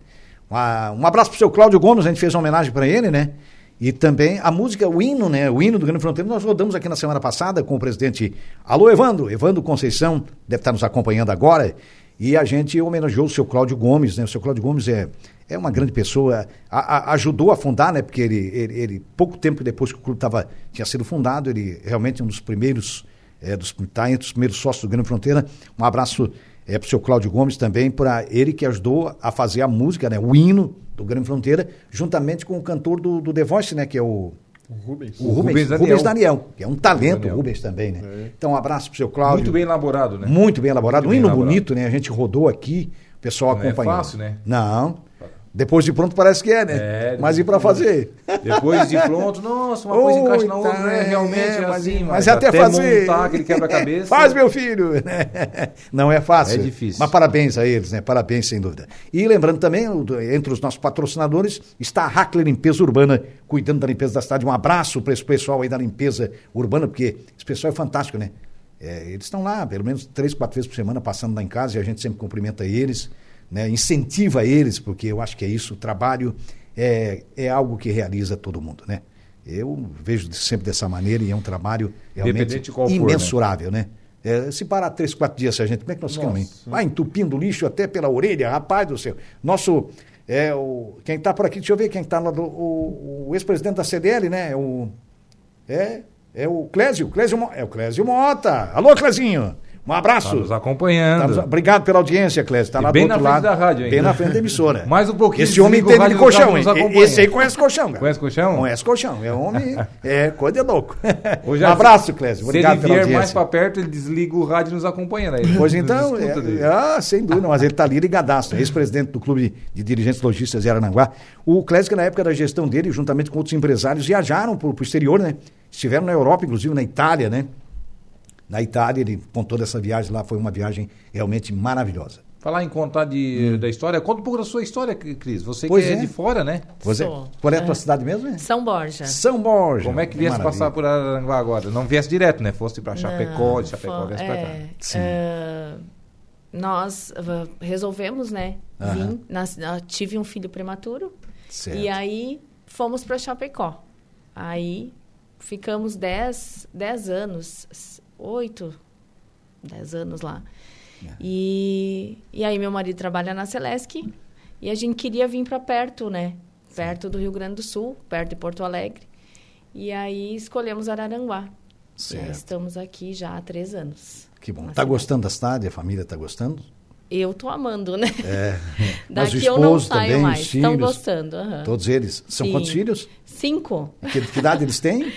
Uma- um abraço pro seu Cláudio Gomes, a gente fez uma homenagem para ele, né? E também a música, o hino, né? O hino do Grêmio Fronteira, nós rodamos aqui na semana passada com o presidente Alô Evandro, Evandro Conceição, deve estar nos acompanhando agora. E a gente homenageou o seu Cláudio Gomes, né? O seu Cláudio Gomes é, é uma grande pessoa, a- a- ajudou a fundar, né? Porque ele, ele, ele, pouco tempo depois que o clube tava, tinha sido fundado, ele realmente é um dos primeiros é, dos, tá entre os primeiros sócios do Grande Fronteira. Um abraço é, para o seu Cláudio Gomes também, para ele que ajudou a fazer a música, né, o hino do Grande Fronteira, juntamente com o cantor do, do The Voice, né, que é o,
Rubens.
o Rubens, Rubens, Daniel.
Rubens Daniel.
que é um talento, o
Daniel.
Rubens também, né? Então, um abraço para o seu Cláudio.
Muito bem elaborado, né?
Muito bem elaborado,
Muito
um
bem
hino
elaborado.
bonito, né? A gente rodou aqui, o pessoal
Não é
acompanhou.
fácil, né?
Não. Depois de pronto parece que é, né?
É,
Mas e para fazer?
Depois de pronto, nossa, uma coisa encaixa na
Oita,
outra, né? Realmente
é,
é,
mas-
assim,
mas até fazer.
montar aquele quebra-cabeça.
Faz, meu filho! né? Não é fácil.
É difícil.
Mas parabéns a eles, né? Parabéns, sem dúvida. E lembrando também, o do- entre os nossos patrocinadores, está a Hackler Limpeza Urbana, cuidando da limpeza da cidade. Um abraço para esse pessoal aí da limpeza urbana, porque esse pessoal é fantástico, né? É, eles estão lá, pelo menos três, quatro vezes por semana, passando lá em casa, e a gente sempre cumprimenta eles, né? incentiva eles, porque eu acho que é isso, o trabalho é, é algo que realiza todo mundo, né? Eu vejo sempre dessa maneira e é um trabalho realmente
Independente de qual for, né?
imensurável, né? É, se parar três, quatro dias, sargento, como é que nós ficamos? hein? Vai entupindo lixo até pela orelha, rapaz do céu. Nosso. É, o, quem está por aqui, deixa eu ver quem está lá, do- o, o ex-presidente da CDL, né? É O, é, é o Clésio, Clésio, Mo- é o Clésio Mota. Alô, Clésinho, um abraço.
Tá nos acompanhando.
Tá nos- obrigado pela audiência, Clésio, está
E
lá
bem
do outro
na
lado.
frente da rádio ainda.
Bem na frente da emissora.
Mais um pouquinho,
Esse homem
desliga o
entende de
rádio do carro,
colchão, hein?
nos
E-
acompanha.
Esse aí conhece colchão, cara.
Conhece colchão?
Conhece colchão, é homem, é coisa de louco.
Ô,
um
Jair,
abraço, Clésio, obrigado
é Se
pela
ele vier
audiência.
mais pra perto, ele desliga o rádio e nos acompanha, né?
Pois
Nos
então,
escuta
é-
dele.
ah, sem dúvida, mas ele está ali ligadaço. É ex-presidente do Clube de Dirigentes Logistas de Arananguá. O Clésio, que na época da gestão dele, juntamente com outros empresários, viajaram para o exterior, né? Estiveram na Europa, inclusive na Itália, né? Na Itália, ele contou dessa viagem lá, foi uma viagem realmente maravilhosa.
Falar em contar de, da história, conta um pouco da sua história, Cris. Você
Hum. Pois
que é.
é.
de fora, né?
Você,
Sou.
qual é a tua cidade mesmo? É?
São Borja.
São Borja.
Como é que
Que
viesse
maravilha.
passar por Aranguá agora? Não viesse direto, né? Fosse pra Chapecó, de
Não,
Chapecó
fo-
viesse pra cá.
é, ah, nós ah, resolvemos, né? Vim, nas- ah, tive um filho prematuro.
Certo.
E aí fomos para Chapecó. Aí ficamos 10 10 anos, 8, 10 anos lá.
É.
E, e aí meu marido trabalha na Celesc e a gente queria vir para perto, né? Perto do Rio Grande do Sul, perto de Porto Alegre. E aí escolhemos Araranguá.
Certo.
Já estamos aqui já há três anos.
Que bom.
Na
Tá
cidade.
gostando da cidade? A família tá gostando?
Eu tô amando, né?
É. Mas o
Daqui eu não
esposo
saio
também, os
mais. Estão
filhos,
gostando. aham.
Todos eles. São
É. Sim.
quantos filhos?
Cinco.
Que, que idade eles têm?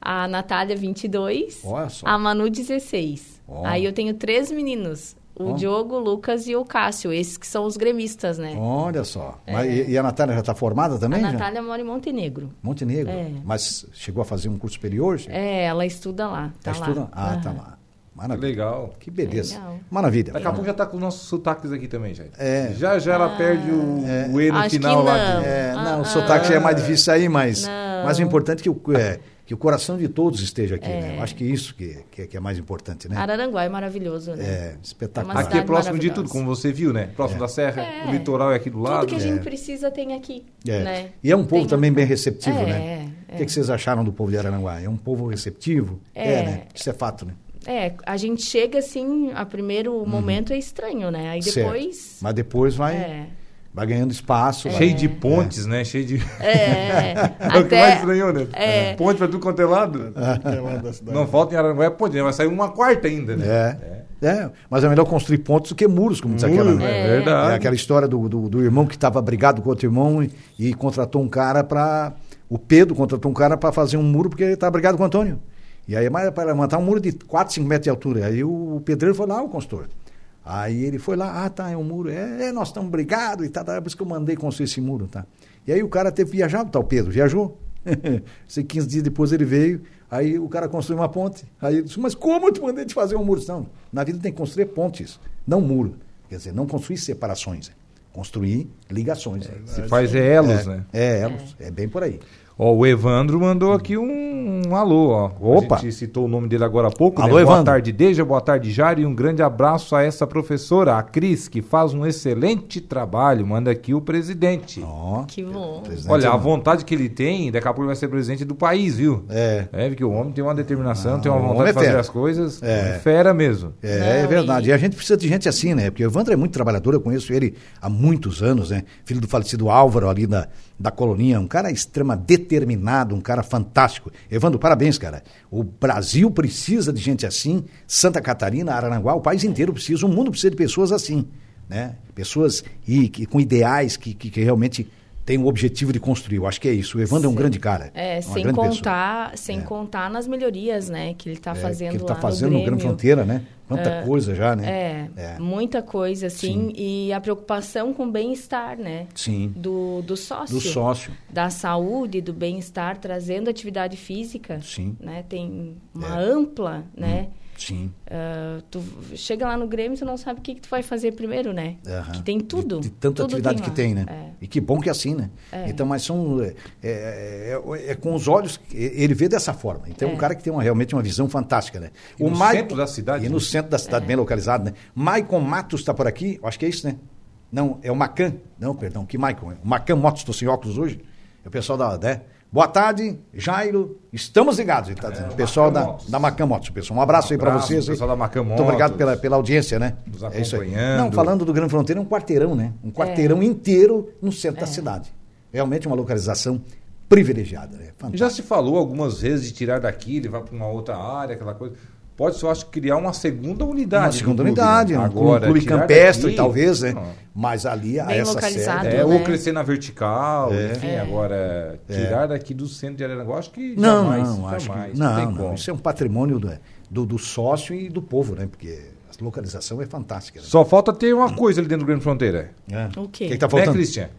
A Natália, 22.
Olha só.
A Manu, 16.
Ó.
Aí eu tenho três meninos.
Ó.
O Diogo, o Lucas e o Cássio. Esses que são os gremistas, né?
Olha só. Mas e, e a Natália já está formada
a
também? já?
Natália mora em Montenegro.
Montenegro.
É.
Mas chegou a fazer um curso superior? já?
É, ela estuda lá.
Tá
Tá
estudando?
lá.
Ah, tá
Aham.
lá. Maravilha.
Legal.
Que beleza.
Legal.
Maravilha.
Daqui a pouco já tá com os nossos sotaques aqui também, já.
É.
Já já ela perde o, o E no
Ah. Acho que
final lá.
não.
É, não, o
Ah,
sotaque já é mais difícil aí, mas,
Não.
mas o importante é que o, é, que o coração de todos esteja aqui, né? Eu acho que isso que, que, é- que é mais importante, né?
Araranguá é maravilhoso, né?
É, espetacular.
Uma
Aqui é
cidade
próximo de tudo,
maravilhosa.
como você viu, né? Próximo da serra,
É.
o litoral é aqui do lado.
Tudo que a gente precisa tem aqui,
É.
né?
E é um povo
Tem-
também bem receptivo,
É,
né? O que,
é.
que vocês acharam do povo de Araranguá? É um povo receptivo?
É.
né? Isso é fato, né?
É, a gente chega assim, a primeiro momento é estranho, né? Aí
Uhum. Certo.
depois...
Mas depois vai,
É.
vai ganhando espaço. vai-
Cheio de pontes, né? Cheio de.
É,
É o que mais
até...
estranhou, né?
É.
Ponte pra tudo quanto é lado.
É lá da cidade.
Não falta em Araranguá é ponte, né? Vai sair uma quarta ainda, né?
É. É. mas é melhor construir pontos do que muros, como diz aquela.
Muro,
né?
é
É
verdade.
aquela história do, do, do irmão que estava brigado com outro irmão e, e contratou um cara para. O Pedro contratou um cara para fazer um muro porque ele estava brigado com o Antônio. E aí, mas para levantar um muro de 4, 5 metros de altura. Aí o, pedreiro foi lá, o construtor. Aí ele foi lá, ah, tá, é um muro. É, é, nós estamos brigados e tal, tá, é por isso que eu mandei construir esse muro, tá? E aí o cara teve que viajar, tá, o tal Pedro, viajou. Sei, 15 dias depois ele veio, aí o cara construiu uma ponte. Aí ele disse, mas como eu te mandei te fazer um muro? Não, na vida tem que construir pontes, não muro. Quer dizer, não construir separações, é construir ligações.
Se faz é elos, né?
É, elos, é bem por aí.
Ó, o Evandro mandou aqui um, um alô, ó.
Opa!
A gente citou o nome dele agora há pouco.
Alô,
né?
Evandro.
Boa tarde, Deja. Boa tarde, Jari. E um grande abraço a essa professora, a Cris, que faz um excelente trabalho. Manda aqui o presidente.
Ó,
Que bom.
presidente
Olha, a
Evandro.
vontade que ele tem, daqui a pouco ele vai ser presidente do país, viu?
É.
É, porque o homem tem uma determinação, tem
o
uma
homem é
vontade de fazer
fera.
as coisas.
É.
É. Fera mesmo.
É,
Não,
é verdade.
e-
E a gente precisa de gente assim, né? Porque o Evandro é muito trabalhador, eu conheço ele há muitos anos, né? Filho do falecido Álvaro ali da, da colonia, um cara extrema determinado, um cara fantástico. Evandro, parabéns, cara. O Brasil precisa de gente assim, Santa Catarina, Araranguá, o país inteiro precisa, o mundo precisa de pessoas assim, né? Pessoas e, que, com ideais que, que, que realmente têm o objetivo de construir. Eu acho que é isso. O Evandro é um grande cara.
É,
uma
sem
grande pessoa. É.
contar, sem contar nas melhorias, né, que ele está fazendo
que ele
lá
está fazendo no Grande
Grêmio. Ah,
Fronteira, né? Quanta coisa já, né?
É, muita coisa, assim, e a preocupação com o bem-estar, né?
Sim.
Do, do sócio.
Do sócio.
Da saúde, do bem-estar, trazendo atividade física.
Sim. É. Hum.
Né? Tem uma ampla, né?
Sim.
Ah, tu chega lá no Grêmio, tu não sabe o que, que tu vai fazer primeiro, né?
Aham.
Que tem tudo.
De, de tanta
tudo
atividade que
lá.
tem, né?
É.
E que bom que é assim, né? Então, mas são. É, é- é- é com os olhos. que Ele vê dessa forma. Então, é um cara que tem uma- realmente uma visão fantástica, né?
E no
Maicon-
centro da cidade,
E no
né?
centro da
É.
cidade, bem localizado, né? Maicon Matos está por aqui, eu acho que é isso, né? Não, é o Macan. Não, perdão, que Maicon? É O Macan Motos, estou sem óculos hoje. É o pessoal da. Né? Boa tarde, Jairo. Estamos ligados, ele está dizendo. O pessoal
É, Macan
da,
Motos.
da Macan Motos, pessoal. Um abraço, aí para
abraço,
vocês. aí.
pessoal da Macan
Muito obrigado
Motos.
pela, pela audiência, né?
Nos
É isso aí.
acompanhando.
Não, falando do Grande Fronteira, é um quarteirão, né? Um quarteirão
É.
inteiro no centro da cidade. Realmente uma localização privilegiada, né? Fantástico.
Já se falou algumas vezes de tirar daqui, levar para uma outra área, aquela coisa. Pode só acho criar uma segunda unidade.
Uma
do
segunda
clube,
unidade,
né?
um clube, clube
tirar
campestre,
daqui,
talvez, né?
não.
Mas ali a
Bem
essa
localizado.
sede.
É, ou
né?
crescer na vertical,
É.
enfim, agora tirar daqui do centro de Araranguá, acho que
Não,
jamais,
não, acho
jamais,
que, não,
tem
não,
como.
Isso é um patrimônio do, do, do sócio e do povo, né? Porque a localização é fantástica. Né?
Só falta ter uma coisa ali dentro do Grande Fronteira.
É.
O
O
quê?
que, que tá
Né,
faltando?
Christian?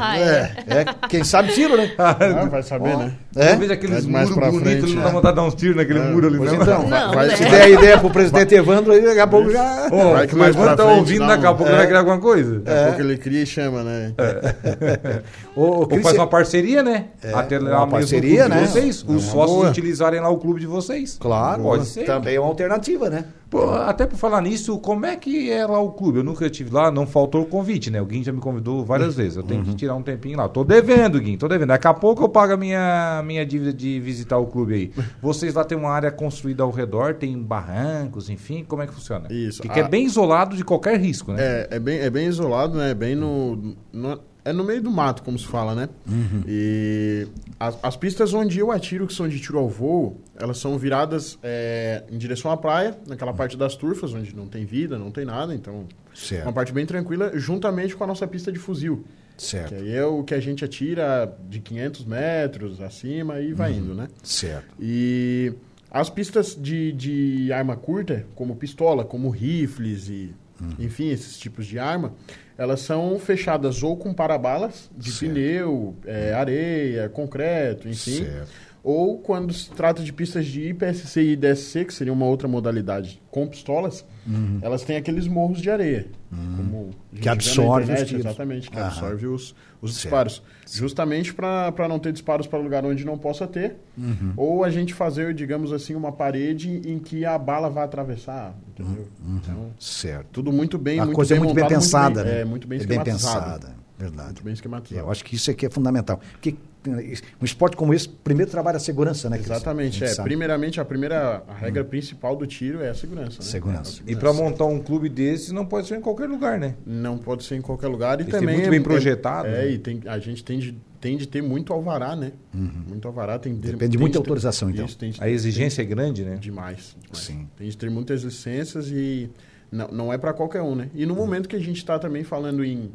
Ah,
É, é, quem sabe tiro, né?
Ah, vai saber, né?
É?
Eu vejo aqueles
Mas mais
muros
pra
bonitos,
frente,
não
né?
dá vontade de dar uns tiros naquele muro ali,
Pois
não.
então,
Não,
vai-
né?
se der a ideia pro presidente Evandro, aí daqui a pouco já.
Ô,
Vai que
mas
mais pra
quando tá
frente
ouvindo,
dá
daqui a
um-
pouco vai criar alguma coisa.
Daqui a pouco é, ele cria e chama, né?
É. Ô, ô,
Ou faz
Christian-
uma parceria, né? Até lá
uma
mesmo o
parceria,
clube
né?
de vocês.
É uma
Os sócios
boa.
utilizarem lá o clube de vocês.
Claro,
Pode ser.
também é uma alternativa, né?
Pô, até por falar nisso, como é que é lá o clube? Eu nunca estive lá, não faltou o convite, né? O Guim já me convidou várias
Uhum.
vezes. Eu tenho que tirar um tempinho lá. Tô devendo, Guim, tô devendo. Daqui a pouco eu pago a minha, minha dívida de visitar o clube aí. Vocês lá têm uma área construída ao redor, tem barrancos, enfim, como é que funciona?
Isso,
Que,
a-
que é bem isolado de qualquer risco, né?
É, é, bem, é bem isolado, né? É bem no, no- É no meio do mato, como se fala, né?
Uhum.
E as, as pistas onde eu atiro, que são de tiro ao voo, elas são viradas é, em direção à praia, naquela parte das turfas, onde não tem vida, não tem nada, então.
Certo.
Uma parte bem tranquila, juntamente com a nossa pista de fuzil. Que
Certo,
aí é o que a gente atira de 500 metros acima e
Uhum.
vai indo, né?
certo.
E as pistas de, de arma curta, como pistola, como rifles e
Hum.
enfim, esses tipos de arma, elas são fechadas ou com parabalas de
Certo.
pneu, é, areia, concreto, enfim.
Certo.
Ou quando se trata de pistas de IPSC e IDSC, que seria uma outra modalidade com pistolas,
Uhum.
elas têm aqueles morros de areia. como a gente vê
Hum.
na
absorve os tiros.
Exatamente, que
Aham.
absorve os, os
Certo.
disparos. Justamente para não ter disparos para lugar onde não possa ter.
Uhum.
Ou a gente fazer, digamos assim, uma parede em que a bala vá atravessar. Entendeu? Então,
Certo.
tudo muito bem.
Uhum. a coisa é muito bem
montado,
pensada,
bem-
né?
É, muito bem
é bem
esquematizado.
pensada, verdade.
Muito bem esquematizado.
Eu acho que isso aqui é fundamental. Porque eh, um esporte como esse, primeiro trabalha a segurança, né? Cris?
Exatamente.
A
É,
gente sabe.
primeiramente, a primeira a regra principal do tiro é a segurança. Né?
Uhum. Segurança.
E para montar um clube desses não pode ser em qualquer lugar, né?
Não pode ser em qualquer lugar e
Tem que ser
também.
muito
é-
bem
é-
projetado,
É,
né?
e tem, a gente tem de, tem de ter muito alvará, né? Muito alvará. Tem de,
Uhum. Depende de
tem
muita
ter-
autorização, então.
Isso, tem de-
A exigência é grande, né?
Demais, demais.
Sim.
Tem de ter muitas licenças e não, não é para qualquer um, né? E no momento que a gente está também falando em,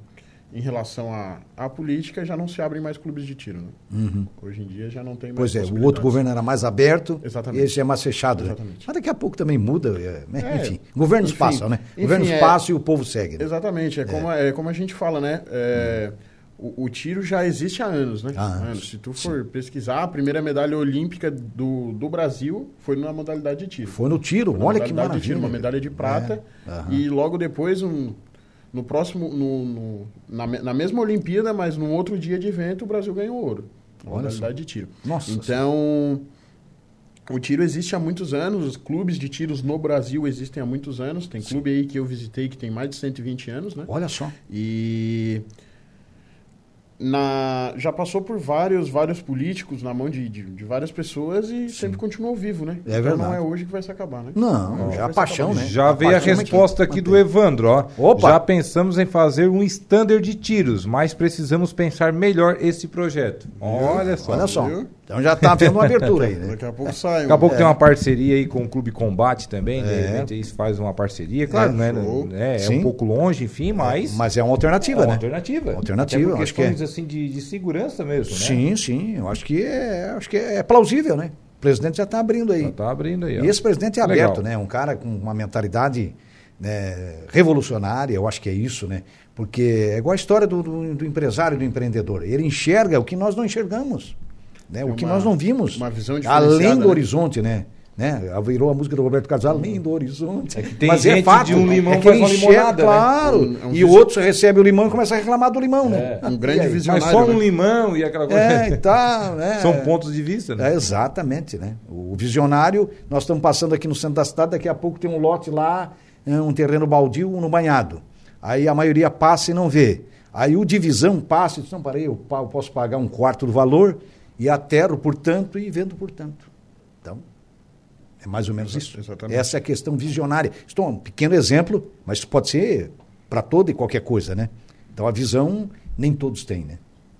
em relação à, à política, já não se abrem mais clubes de tiro, né? Hoje em dia já não tem
Uhum.
mais
Pois é, o
possibilidades.
outro governo era mais aberto,
Exatamente.
esse é mais fechado. né?
Exatamente.
Mas daqui a pouco também muda, eh, né?
É,
enfim. Governos
enfim,
passam, né?
enfim,
governos
é-
passam e o povo segue. né?
Exatamente, é, Como, é como a gente fala, né? É, o, o tiro já existe há anos, né?
Uhum. Há anos,
Se tu for pesquisar, a primeira medalha olímpica do, do Brasil foi na modalidade de tiro.
Foi no tiro,
Uma
olha que
medalha
maravilha.
de tiro, uma medalha de prata.
É, aham.
E logo depois, um, no próximo, no, no- na, me- na mesma Olimpíada, mas num outro dia de evento, o Brasil ganhou ouro. na
Olha
modalidade
só.
de tiro.
Nossa
então, o tiro existe há muitos anos. Os clubes de tiros no Brasil existem há muitos anos. Tem clube aí que eu visitei que tem mais de 120 anos, né?
Olha só.
E na, já passou por vários, vários políticos na mão de, de, de várias pessoas e sempre continuou vivo, né?
É
então
verdade.
não é hoje que vai se acabar, né?
Não,
hoje
já a
vai se
paixão,
acabar.
né?
Já veio a
paixão é que
resposta aqui do
mantém.
Evandro, ó.
Opa!
Já pensamos em fazer um standard de tiros, mas precisamos pensar melhor esse projeto. Olha só.
Olha só. É.
Viu?
Então já está havendo uma abertura aí, né?
Daqui a pouco sai.
É. Daqui a
um-
pouco tem uma parceria aí com o Clube Combate também, de repente aí se faz uma parceria, claro,
É,
né?
show.
É, é
Sim.
um pouco longe, enfim, mas,
Mas é uma alternativa,
é uma
né?
alternativa.
Alternativa,
Até
eu
por
acho que é.
questões assim de, de segurança mesmo, né?
Sim, sim. Eu acho que é, acho que é plausível, né? O presidente já está abrindo aí.
Já tá abrindo aí, ó.
E esse presidente é
Legal.
aberto, né? Um cara com uma mentalidade né, revolucionária, eu acho que é isso, né? Porque é igual a história do, do, do empresário e do empreendedor. Ele enxerga o que nós não enxergamos, né? o que
É uma-
nós não vimos.
uma visão
Além
diferenciada,
do
né?
horizonte, né? Né? A- Virou a música do Roberto Carlos, além do horizonte.
É
é
que tem gente de um limão
que ele
faz uma
enxerga,
limonada, né?
Claro.
É um
e o
visu-
outro recebe o limão e começa a reclamar do limão, né?
Um
E
grande
aí?
Mas
visionário.
só um
né?
limão e aquela coisa.
É, e tá, né?
São pontos de vista, né?
É, exatamente, né? O visionário, nós estamos passando aqui no centro da cidade, daqui a pouco tem um lote lá, é, um terreno baldio, um no banhado. Aí a maioria passa e não vê. Aí o divisão passa e diz, não, parei, eu, pa- eu posso pagar um quarto do valor e aterro por tanto e vendo por tanto. Então, é mais ou menos
Exa-
isso.
exatamente.
Essa é a questão visionária. Estou um pequeno exemplo, mas isso pode ser para toda e qualquer coisa, né? Então a visão nem todos têm, né?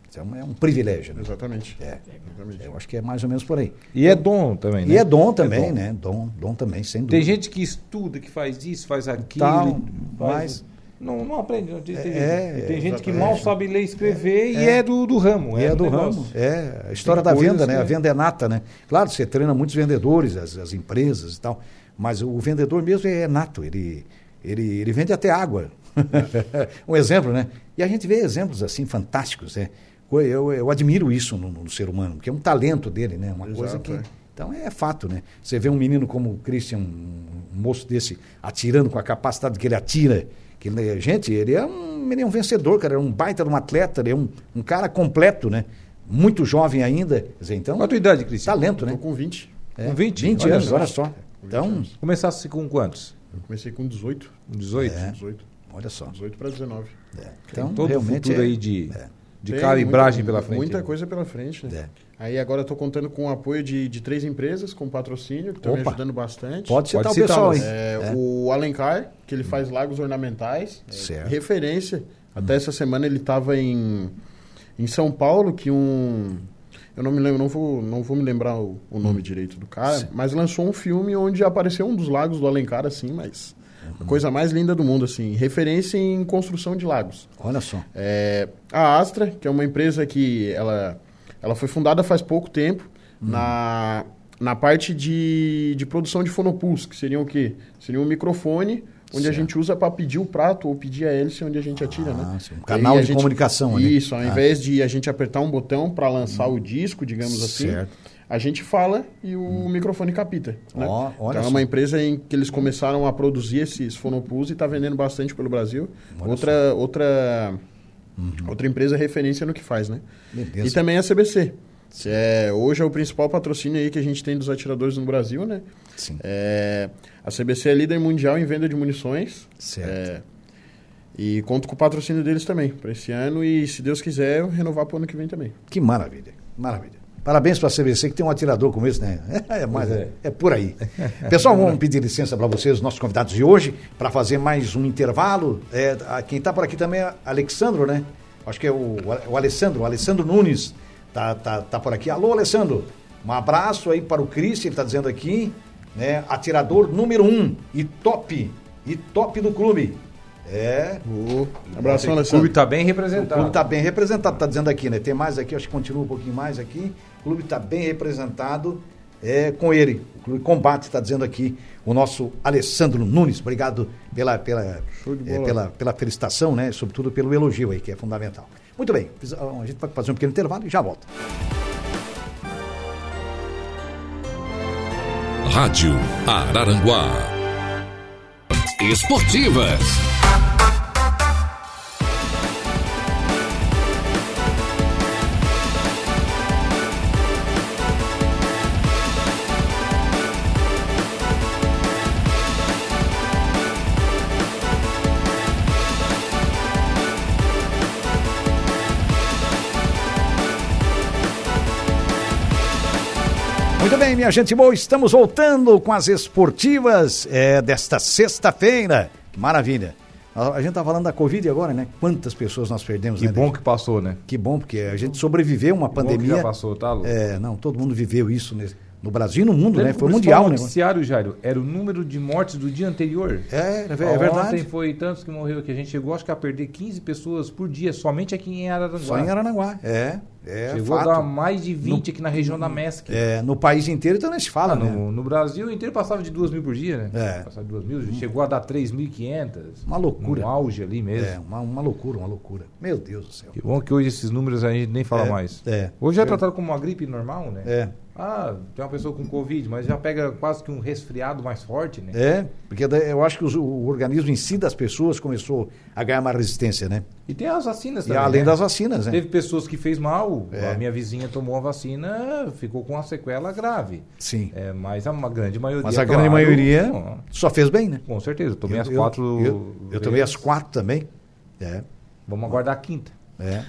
Então é um privilégio, né?
Exatamente.
É.
Exatamente.
Eu acho que é mais ou menos por aí.
E é dom também, né?
E é dom também,
dom.
né? Dom, dom também, sem dúvida.
Tem gente que estuda, que faz isso, faz aquilo,
Tal, mas-
faz... Não, não aprende. Não tem, tem
É,
gente. Tem gente que
exatamente.
mal sabe ler e escrever e é, do, do ramo.
E é do
negócio.
ramo. É, a história da
Tem coisas
venda, né?
que-
A venda é nata, né? Claro, você treina muitos vendedores, as, as empresas e tal, mas o vendedor mesmo é nato, ele, ele, ele vende até água. um exemplo, né? E a gente vê exemplos assim fantásticos, né? Co- Eu, eu admiro isso no, no ser humano, porque é um talento dele, né? Uma coisa
Exato,
que.
é.
Então é fato, né? Você vê um menino como o Christian, um moço desse, atirando com a capacidade que ele atira. Que, ele- gente, ele é um menino um vencedor, cara, é um baita de um atleta, ele é um, um cara completo, né? Muito jovem ainda. Quer dizer, então,
Qual a tua idade, Cristian?
talento,
Tô
né?
com 20.
É,
com 20?
20
Olha
anos,
só.
olha só. Então,
Começasse com quantos?
Eu comecei com 18.
18.
É.
18.
Olha só.
18 para 19.
É.
Então,
Então,
todo o
realmente.
futuro
é-
aí de,
é.
de
Tem
calibragem
muita-
pela frente. né?
Muita coisa pela frente, né?
É.
Aí agora eu tô contando com o apoio de, de três empresas, com patrocínio, que estão me
Opa.
ajudando bastante.
Pode citar o
Pode citar, né?
pessoal,
mas-
hein?
É, O Alencar, que ele faz lagos ornamentais. é,
Certo.
referência. Até essa semana ele estava em, em São Paulo, que um. Eu não me lembro, não vou, não vou me lembrar o, o nome direito do cara, mas lançou um filme onde apareceu um dos lagos do Alencar, assim, mas. A coisa mais linda do mundo, assim. Referência em construção de lagos.
Olha só.
É, a Astra, que é uma empresa que ela, ela foi fundada faz pouco tempo
Uhum.
na, na parte de, de produção de fonopuls, que seriam o quê? Seria um microfone onde a
Certo.
gente usa para pedir o prato ou pedir a hélice onde a gente atira, né?
sim, um
E aí
canal
a
de comunicação ali.
Isso, ao
Ah. Uhum.
invés de a gente apertar um botão para lançar o disco, digamos assim,
Certo. Uhum.
a gente fala e o microfone capta. né?
Ó, olha
então é
só.
uma empresa em que eles começaram a produzir esses fonopus e está vendendo bastante pelo Brasil. outra outra Uhum. outra empresa referência no que faz, né?
Beleza.
E também a CBC. que é, hoje é o principal patrocínio aí que a gente tem dos atiradores no Brasil, né?
Sim.
É, a CBC é líder mundial em venda de munições.
Certo.
É, e conto com o patrocínio deles também para esse ano e, se Deus quiser, eu renovar para o ano que vem também.
Que maravilha, maravilha. Parabéns para a CBC que tem um atirador como esse, né? É, mas é, é por aí. Pessoal, vamos pedir licença para vocês, nossos convidados de hoje, para fazer mais um intervalo. É, a- quem está por aqui também é Alexandro, né? Acho que é o, o Alessandro, o Alessandro Nunes tá, tá, tá por aqui. Alô, Alessandro, um abraço aí para o Cris, ele está dizendo aqui, né? Atirador número um e top, e top do clube. É,
Abração,
O clube
Alessandro.
está bem
o
representado.
clube tá está bem representado, está dizendo aqui, né? Tem mais aqui, acho que continua um pouquinho mais aqui. O clube está bem representado é, com ele. O Clube Combate está dizendo aqui o nosso Alessandro Nunes. Obrigado pela, pela,
Show de
é,
bola.
pela, pela felicitação, né? Sobretudo pelo elogio aí, que é fundamental. Muito bem, fiz- a gente vai fazer um pequeno intervalo e já volta.
Rádio Araranguá. Esportivas.
Muito bem, minha gente boa, estamos voltando com as esportivas é, desta sexta-feira. Que maravilha. A, a gente tá falando da Covid agora, né? Quantas pessoas nós perdemos,
Que
né?
bom que passou, né?
Que bom, porque a gente sobreviveu a uma
bom que
pandemia.
já passou, tá, Lu?
É, não, todo mundo viveu isso nesse- no Brasil e no mundo, né?
Lembra que
Foi
o
mundial o
principal
negócio.
noticiário, Jairo, era o número de mortes do dia anterior.
É, é, ver- é verdade.
Ontem foi tantos que morreu que a gente chegou, acho que a perder 15 pessoas por dia, somente aqui em Araranguá.
Só em Aranaguá. É, é
né? Chegou
fato.
a dar mais de 20 aqui na região da MESC.
É, no país inteiro então nem se fala,
Ah,
né?
no, no Brasil inteiro passava de 2 mil por dia, né?
É.
Passava de 2 mil, chegou a dar 3.500.
Uma loucura.
Um auge ali mesmo.
É, uma, uma loucura, uma loucura. Meu Deus do céu.
Que bom que hoje esses números a gente nem fala
É,
mais.
é.
Hoje é tratado como uma gripe normal, né?
É.
Ah, tem uma pessoa com Covid, mas já pega quase que um resfriado mais forte, né?
É, porque da- eu acho que os- o organismo em si das pessoas começou a ganhar mais resistência, né?
E tem as vacinas
E
também.
além
né?
das vacinas, né? É.
Teve pessoas que fez mal. A minha vizinha tomou a vacina, ficou com uma sequela grave.
Sim.
É, mas a ma- grande maioria. é
Mas a
claro,
grande maioria
não.
só fez bem, né?
Com certeza. Eu tomei
Eu-
as
eu-
quatro.
Eu, eu tomei
vezes.
as quatro também. É,
Vamos aguardar a quinta.
é.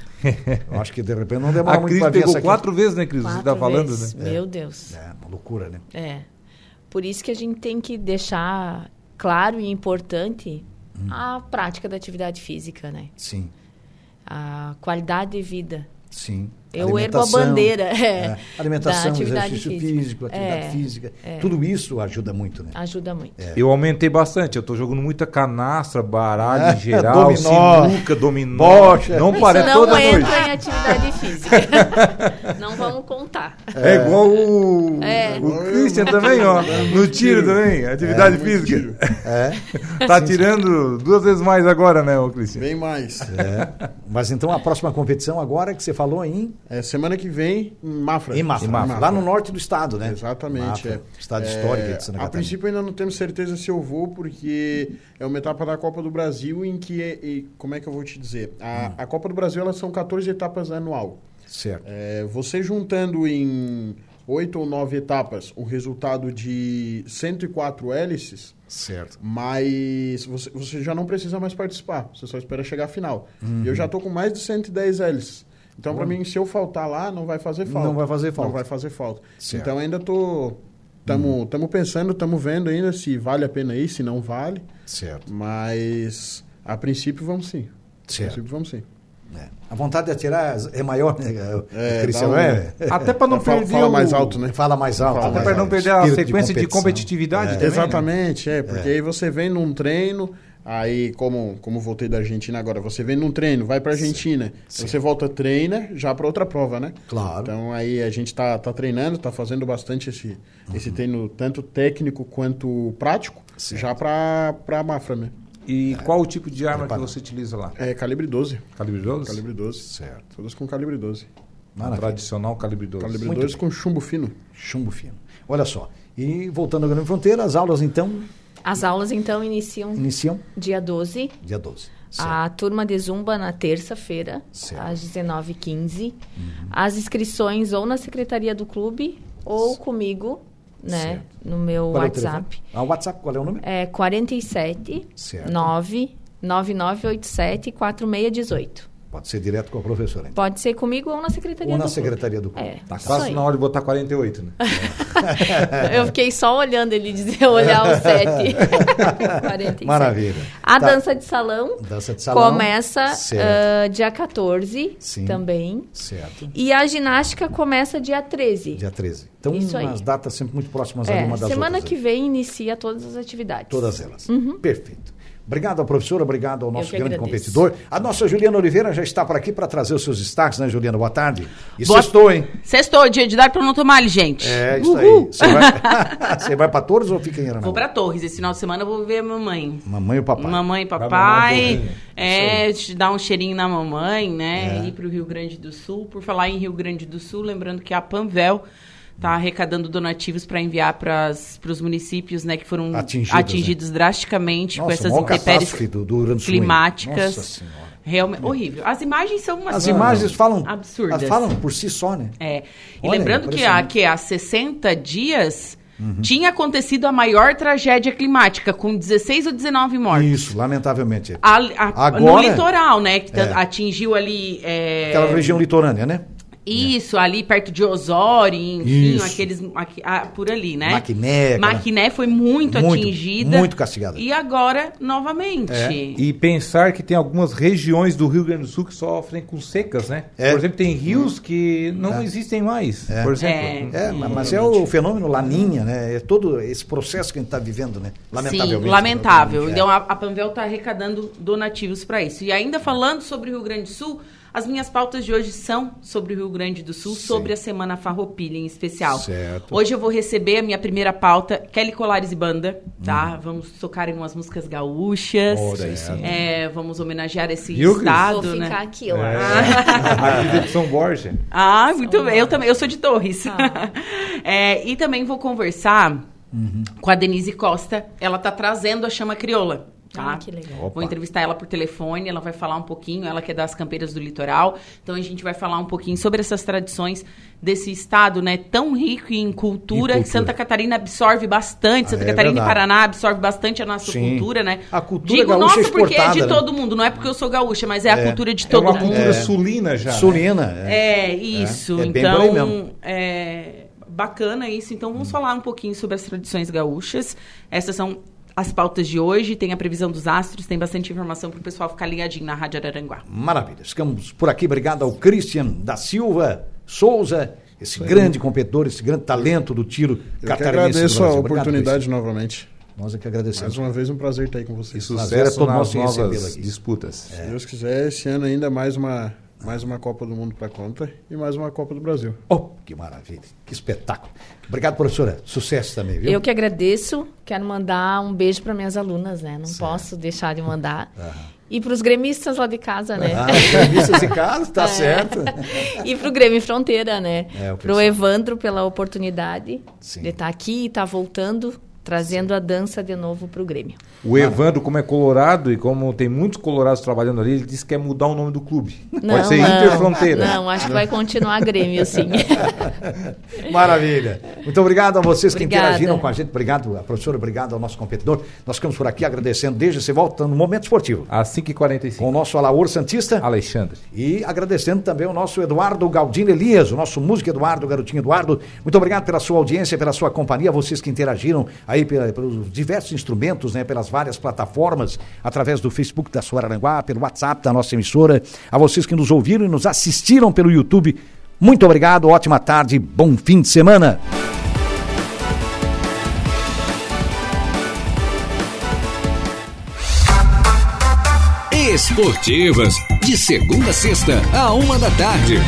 Eu acho que de repente não demora
A
muito
Cris
pra vir
pegou
essa quinta.
quatro vezes, né, Cris? Você tá
Quatro
falando,
vezes.
né?
Meu Deus.
É, uma loucura, né?
É. Por isso que a gente tem que deixar claro e importante
Uhum.
a prática da atividade física, né?
Sim,
A qualidade de vida.
sim.
Eu ergo a
Alimentação, né?
bandeira, é,
Alimentação,
da atividade
exercício
física.
físico, atividade
É, Ah.
física. Tudo isso ajuda muito, né?
Ajuda muito.
Eu aumentei bastante. Eu tô jogando muita canastra, baralho em geral,
Dominó.
sinuca, dominó.
Bocha.
Não
Isso
para, é
não
toda
entra
noite.
em atividade física. não vamos contar.
É igual o,
É.
o Christian também,
É
ó. No tiro também,
É,
atividade física. tá tirando duas vezes mais agora, né, o Christian?
Bem mais.
É. Mas então a próxima competição agora que você falou em,
É, semana que vem, em Mafra.
em Mafra,
Em Mafra.
lá no norte do estado, né?
Exatamente.
Mafra,
é.
Estado
É,
histórico de Santa
A
Catarina.
princípio ainda não temos certeza se eu vou, porque é uma etapa da Copa do Brasil em que. é- e como é que eu vou te dizer?
Hum.
A, a Copa do Brasil elas são 14 etapas anual.
Certo.
É, você juntando em oito ou nove etapas, o resultado de 104 hélices,
Certo.
mas você, você já não precisa mais participar, você só espera chegar à final.
Uhum.
E eu já tô com mais de 110 hélices. Então, para mim, se eu faltar lá, não vai fazer falta.
Não vai fazer falta.
Não vai fazer falta.
Certo. Uhum.
Então, ainda tô... Estamos pensando, estamos vendo ainda se vale a pena ir, se não vale.
Certo.
Mas, a princípio, vamos sim. A
Certo.
princípio, vamos sim.
É. A vontade de atirar é maior, né,
É,
Cristiano?
dá um-
É.
Até para não
Fala-
perder.
fala
o-
mais alto, né?
Fala mais alto.
Até
mais
pra não
alto.
perder a
Espírito
sequência de competitividade também, né?
É. Exatamente, é, porque aí você vem num treino, aí como, como voltei da Argentina agora, você vem num treino, vai pra Argentina, aí você volta, treina, já pra outra prova, né?
Claro.
Então aí a gente tá, tá treinando, tá fazendo bastante esse,
Uhum.
esse treino, tanto técnico quanto prático, já pra, pra Mafra, né?
E qual o tipo de arma que você utiliza lá?
É calibre 12,
Calibre 12?
calibre 12.
Certo.
Todas com calibre 12.
Maravilha.
Tradicional calibre 12.
Calibre
Muito
12 com chumbo fino.
Chumbo fino. Olha só. E voltando ao Grande Fronteira, as aulas então
As aulas, então, iniciam
iniciam
dia 12,
dia 12.
a turma de Zumba na terça-feira,
Certo. Uhum.
às 19h15. As inscrições ou na secretaria do clube ou comigo, né? No meu
Qual é o
WhatsApp.
telefone? Ah, o WhatsApp, qual é o número?
É 47
Certo.
9 9987 4618.
Pode ser direto com a professora. Então.
Pode ser comigo ou na secretaria
Ou na
do clube.
secretaria do clube.
É,
Tá
isso
quase
aí.
na hora de botar 48, né?
Eu fiquei só olhando ele dizer olhar o 7. 47.
Maravilha.
A
Tá.
dança de salão
Dança de salão.
começa
Certo.
ah, dia 14
Sim.
também.
Certo.
E a ginástica começa dia 13.
Dia 13. Então,
Isso aí.
as datas sempre muito próximas ali
é,
uma das
semana
outras.
que vem inicia todas as atividades.
Todas elas. Perfeito. Obrigado à professora, obrigado ao nosso
que
grande
agradeço.
competidor. A nossa Juliana Oliveira já está por aqui para trazer os seus destaques, né, Juliana? Boa tarde. E
Boa-
sextou, hein?
Sextou, dia de dar pra não tomar, gente.
É, isso aí. Você vai, você vai para Torres ou fica em Aranaguá?
Vou pra Torres, esse final de semana eu vou ver a mamãe.
Mamãe e o papai.
Mamãe e
mamar um
papai.
pouquinho.
é, te dar um cheirinho na mamãe,
É.
né? Ir pro Rio Grande do Sul. Por falar em Rio Grande do Sul, lembrando que a Panvel tá arrecadando donativos para enviar para os municípios, né, que foram
Atingidos,
atingidos,
né?
drasticamente
Nossa,
com essas
maior
intempéries
catástrofe do- do Rio Grande do Sul, hein?
climáticas.
Nossa Senhora.
Realmente horrível. As imagens são umas
As imagens falam,
absurdas.
elas falam por si só, né?
É. E
Olha,
lembrando que há,
impressionante.
que há 60 dias tinha acontecido a maior tragédia climática, com 16 ou 19 mortes.
Isso, lamentavelmente.
A- a-
Agora- É.
no litoral, né? Que ta- atingiu ali. é,
Aquela região litorânea, né?
Isso, ali perto de Osório, enfim,
Isso.
aqueles. aqui- ah, por ali, né?
Maquiné, aquela-
Maquiné foi muito,
Muito,
atingida.
muito castigada. É.
E agora, novamente.
E pensar que tem algumas regiões do Rio Grande do Sul que sofrem com secas, né?
É.
Por exemplo, tem rios que não existem mais, por exemplo.
É, ma- mas é o fenômeno Laninha, né? É todo esse processo que a gente está vivendo, né? Lamentavelmente.
Sim, lamentável.
É.
Então a, a Panvel está arrecadando donativos para isso. E ainda falando sobre o Rio Grande do Sul, as minhas pautas de hoje são sobre o Rio Grande do Sul, sobre a Semana Farroupilha em especial.
Certo.
Hoje eu vou receber a minha primeira pauta, Kelly Colares e Banda, tá? Vamos tocar em umas músicas gaúchas.
Hum. Ora, aí sim.
É, vamos homenagear esse
Viu, Cris?
estado,
Vou ficar
né?
aqui, Ah, eu acho.
É.
É.
A vida de São Borja.
Ah, muito bem. Eu também, eu sou de Torres.
Tá.
É, e também vou conversar
Uhum.
com a Denise Costa. Ela tá trazendo a chama crioula. Tá?
Ah, que legal.
Vou entrevistar ela por telefone, ela vai falar um pouquinho, ela que é das campeiras do litoral. Então a gente vai falar um pouquinho sobre essas tradições desse estado, né, tão rico
Em
em cultura,
cultura.
que Santa Catarina absorve bastante, Santa
Ah, é
Catarina
verdade.
e Paraná absorve bastante a nossa
Sim.
cultura, né?
A cultura
Digo
gaúcha é
nossa porque é de
exportada, né?
todo mundo, não é porque eu sou gaúcha, mas é, a cultura de
É
todo
uma
mundo.
cultura sulina já. né?
Sulina. é.
É, isso.
É bem por aí mesmo.
então, é bacana isso. Então, vamos falar um pouquinho sobre as tradições gaúchas. Essas são as pautas de hoje. Tem a previsão dos astros, tem bastante informação para o pessoal ficar ligadinho na Rádio Araranguá.
Maravilha. Ficamos por aqui. Obrigado ao Christian da Silva Souza, esse grande competidor, esse grande talento do tiro
Eu que
catarinense. do
agradeço a
Brasil. Obrigado,
oportunidade novamente.
Christian. Nós é que
Mais
agradecemos.
uma vez, um prazer estar aí com vocês.
E
Prazer é
sucesso
todo
nas
nosso em recebê-la
novas
aqui.
disputas.
Se Deus quiser, esse ano ainda mais uma, mais uma Copa do Mundo para conta e mais uma Copa do Brasil.
Oh, que maravilha. Que espetáculo. Obrigado, professora. Sucesso também, viu?
Eu que agradeço, quero mandar um beijo para minhas alunas, né? Não posso deixar de mandar. E para os gremistas lá de casa, né?
Ah, entrevista esse caso, tá certo.
e pro Grêmio Fronteira, né?
É, o
pro
pessoal.
Evandro pela oportunidade tá
Sim.
de estar aqui e estar voltando, trazendo a dança de novo para o Grêmio.
Ah.
O Evandro, como é colorado e como tem muitos colorados trabalhando ali, ele disse que quer mudar o nome do clube. Pode ser Interfronteira.
Não, acho que vai continuar Grêmio, sim.
Maravilha. Muito obrigado a vocês que
Obrigada.
interagiram com a gente. Obrigado, a professora. Obrigado ao nosso competidor. Nós ficamos por aqui agradecendo desde você volta no Momento Esportivo.
Às 5h45.
Com o nosso Alaor Santista.
Alexandre.
E agradecendo também o nosso Eduardo Galdino Elias, o nosso músico Eduardo, garotinho Eduardo. Muito obrigado pela sua audiência, pela sua companhia, vocês que interagiram aí pela- pelos diversos instrumentos, né, pelas várias plataformas, através do Facebook da Suaranguá, pelo WhatsApp da nossa emissora, a vocês que nos ouviram e nos assistiram pelo YouTube. Muito obrigado, ótima tarde, bom fim de semana.
Esportivas, de segunda a sexta, a uma da tarde.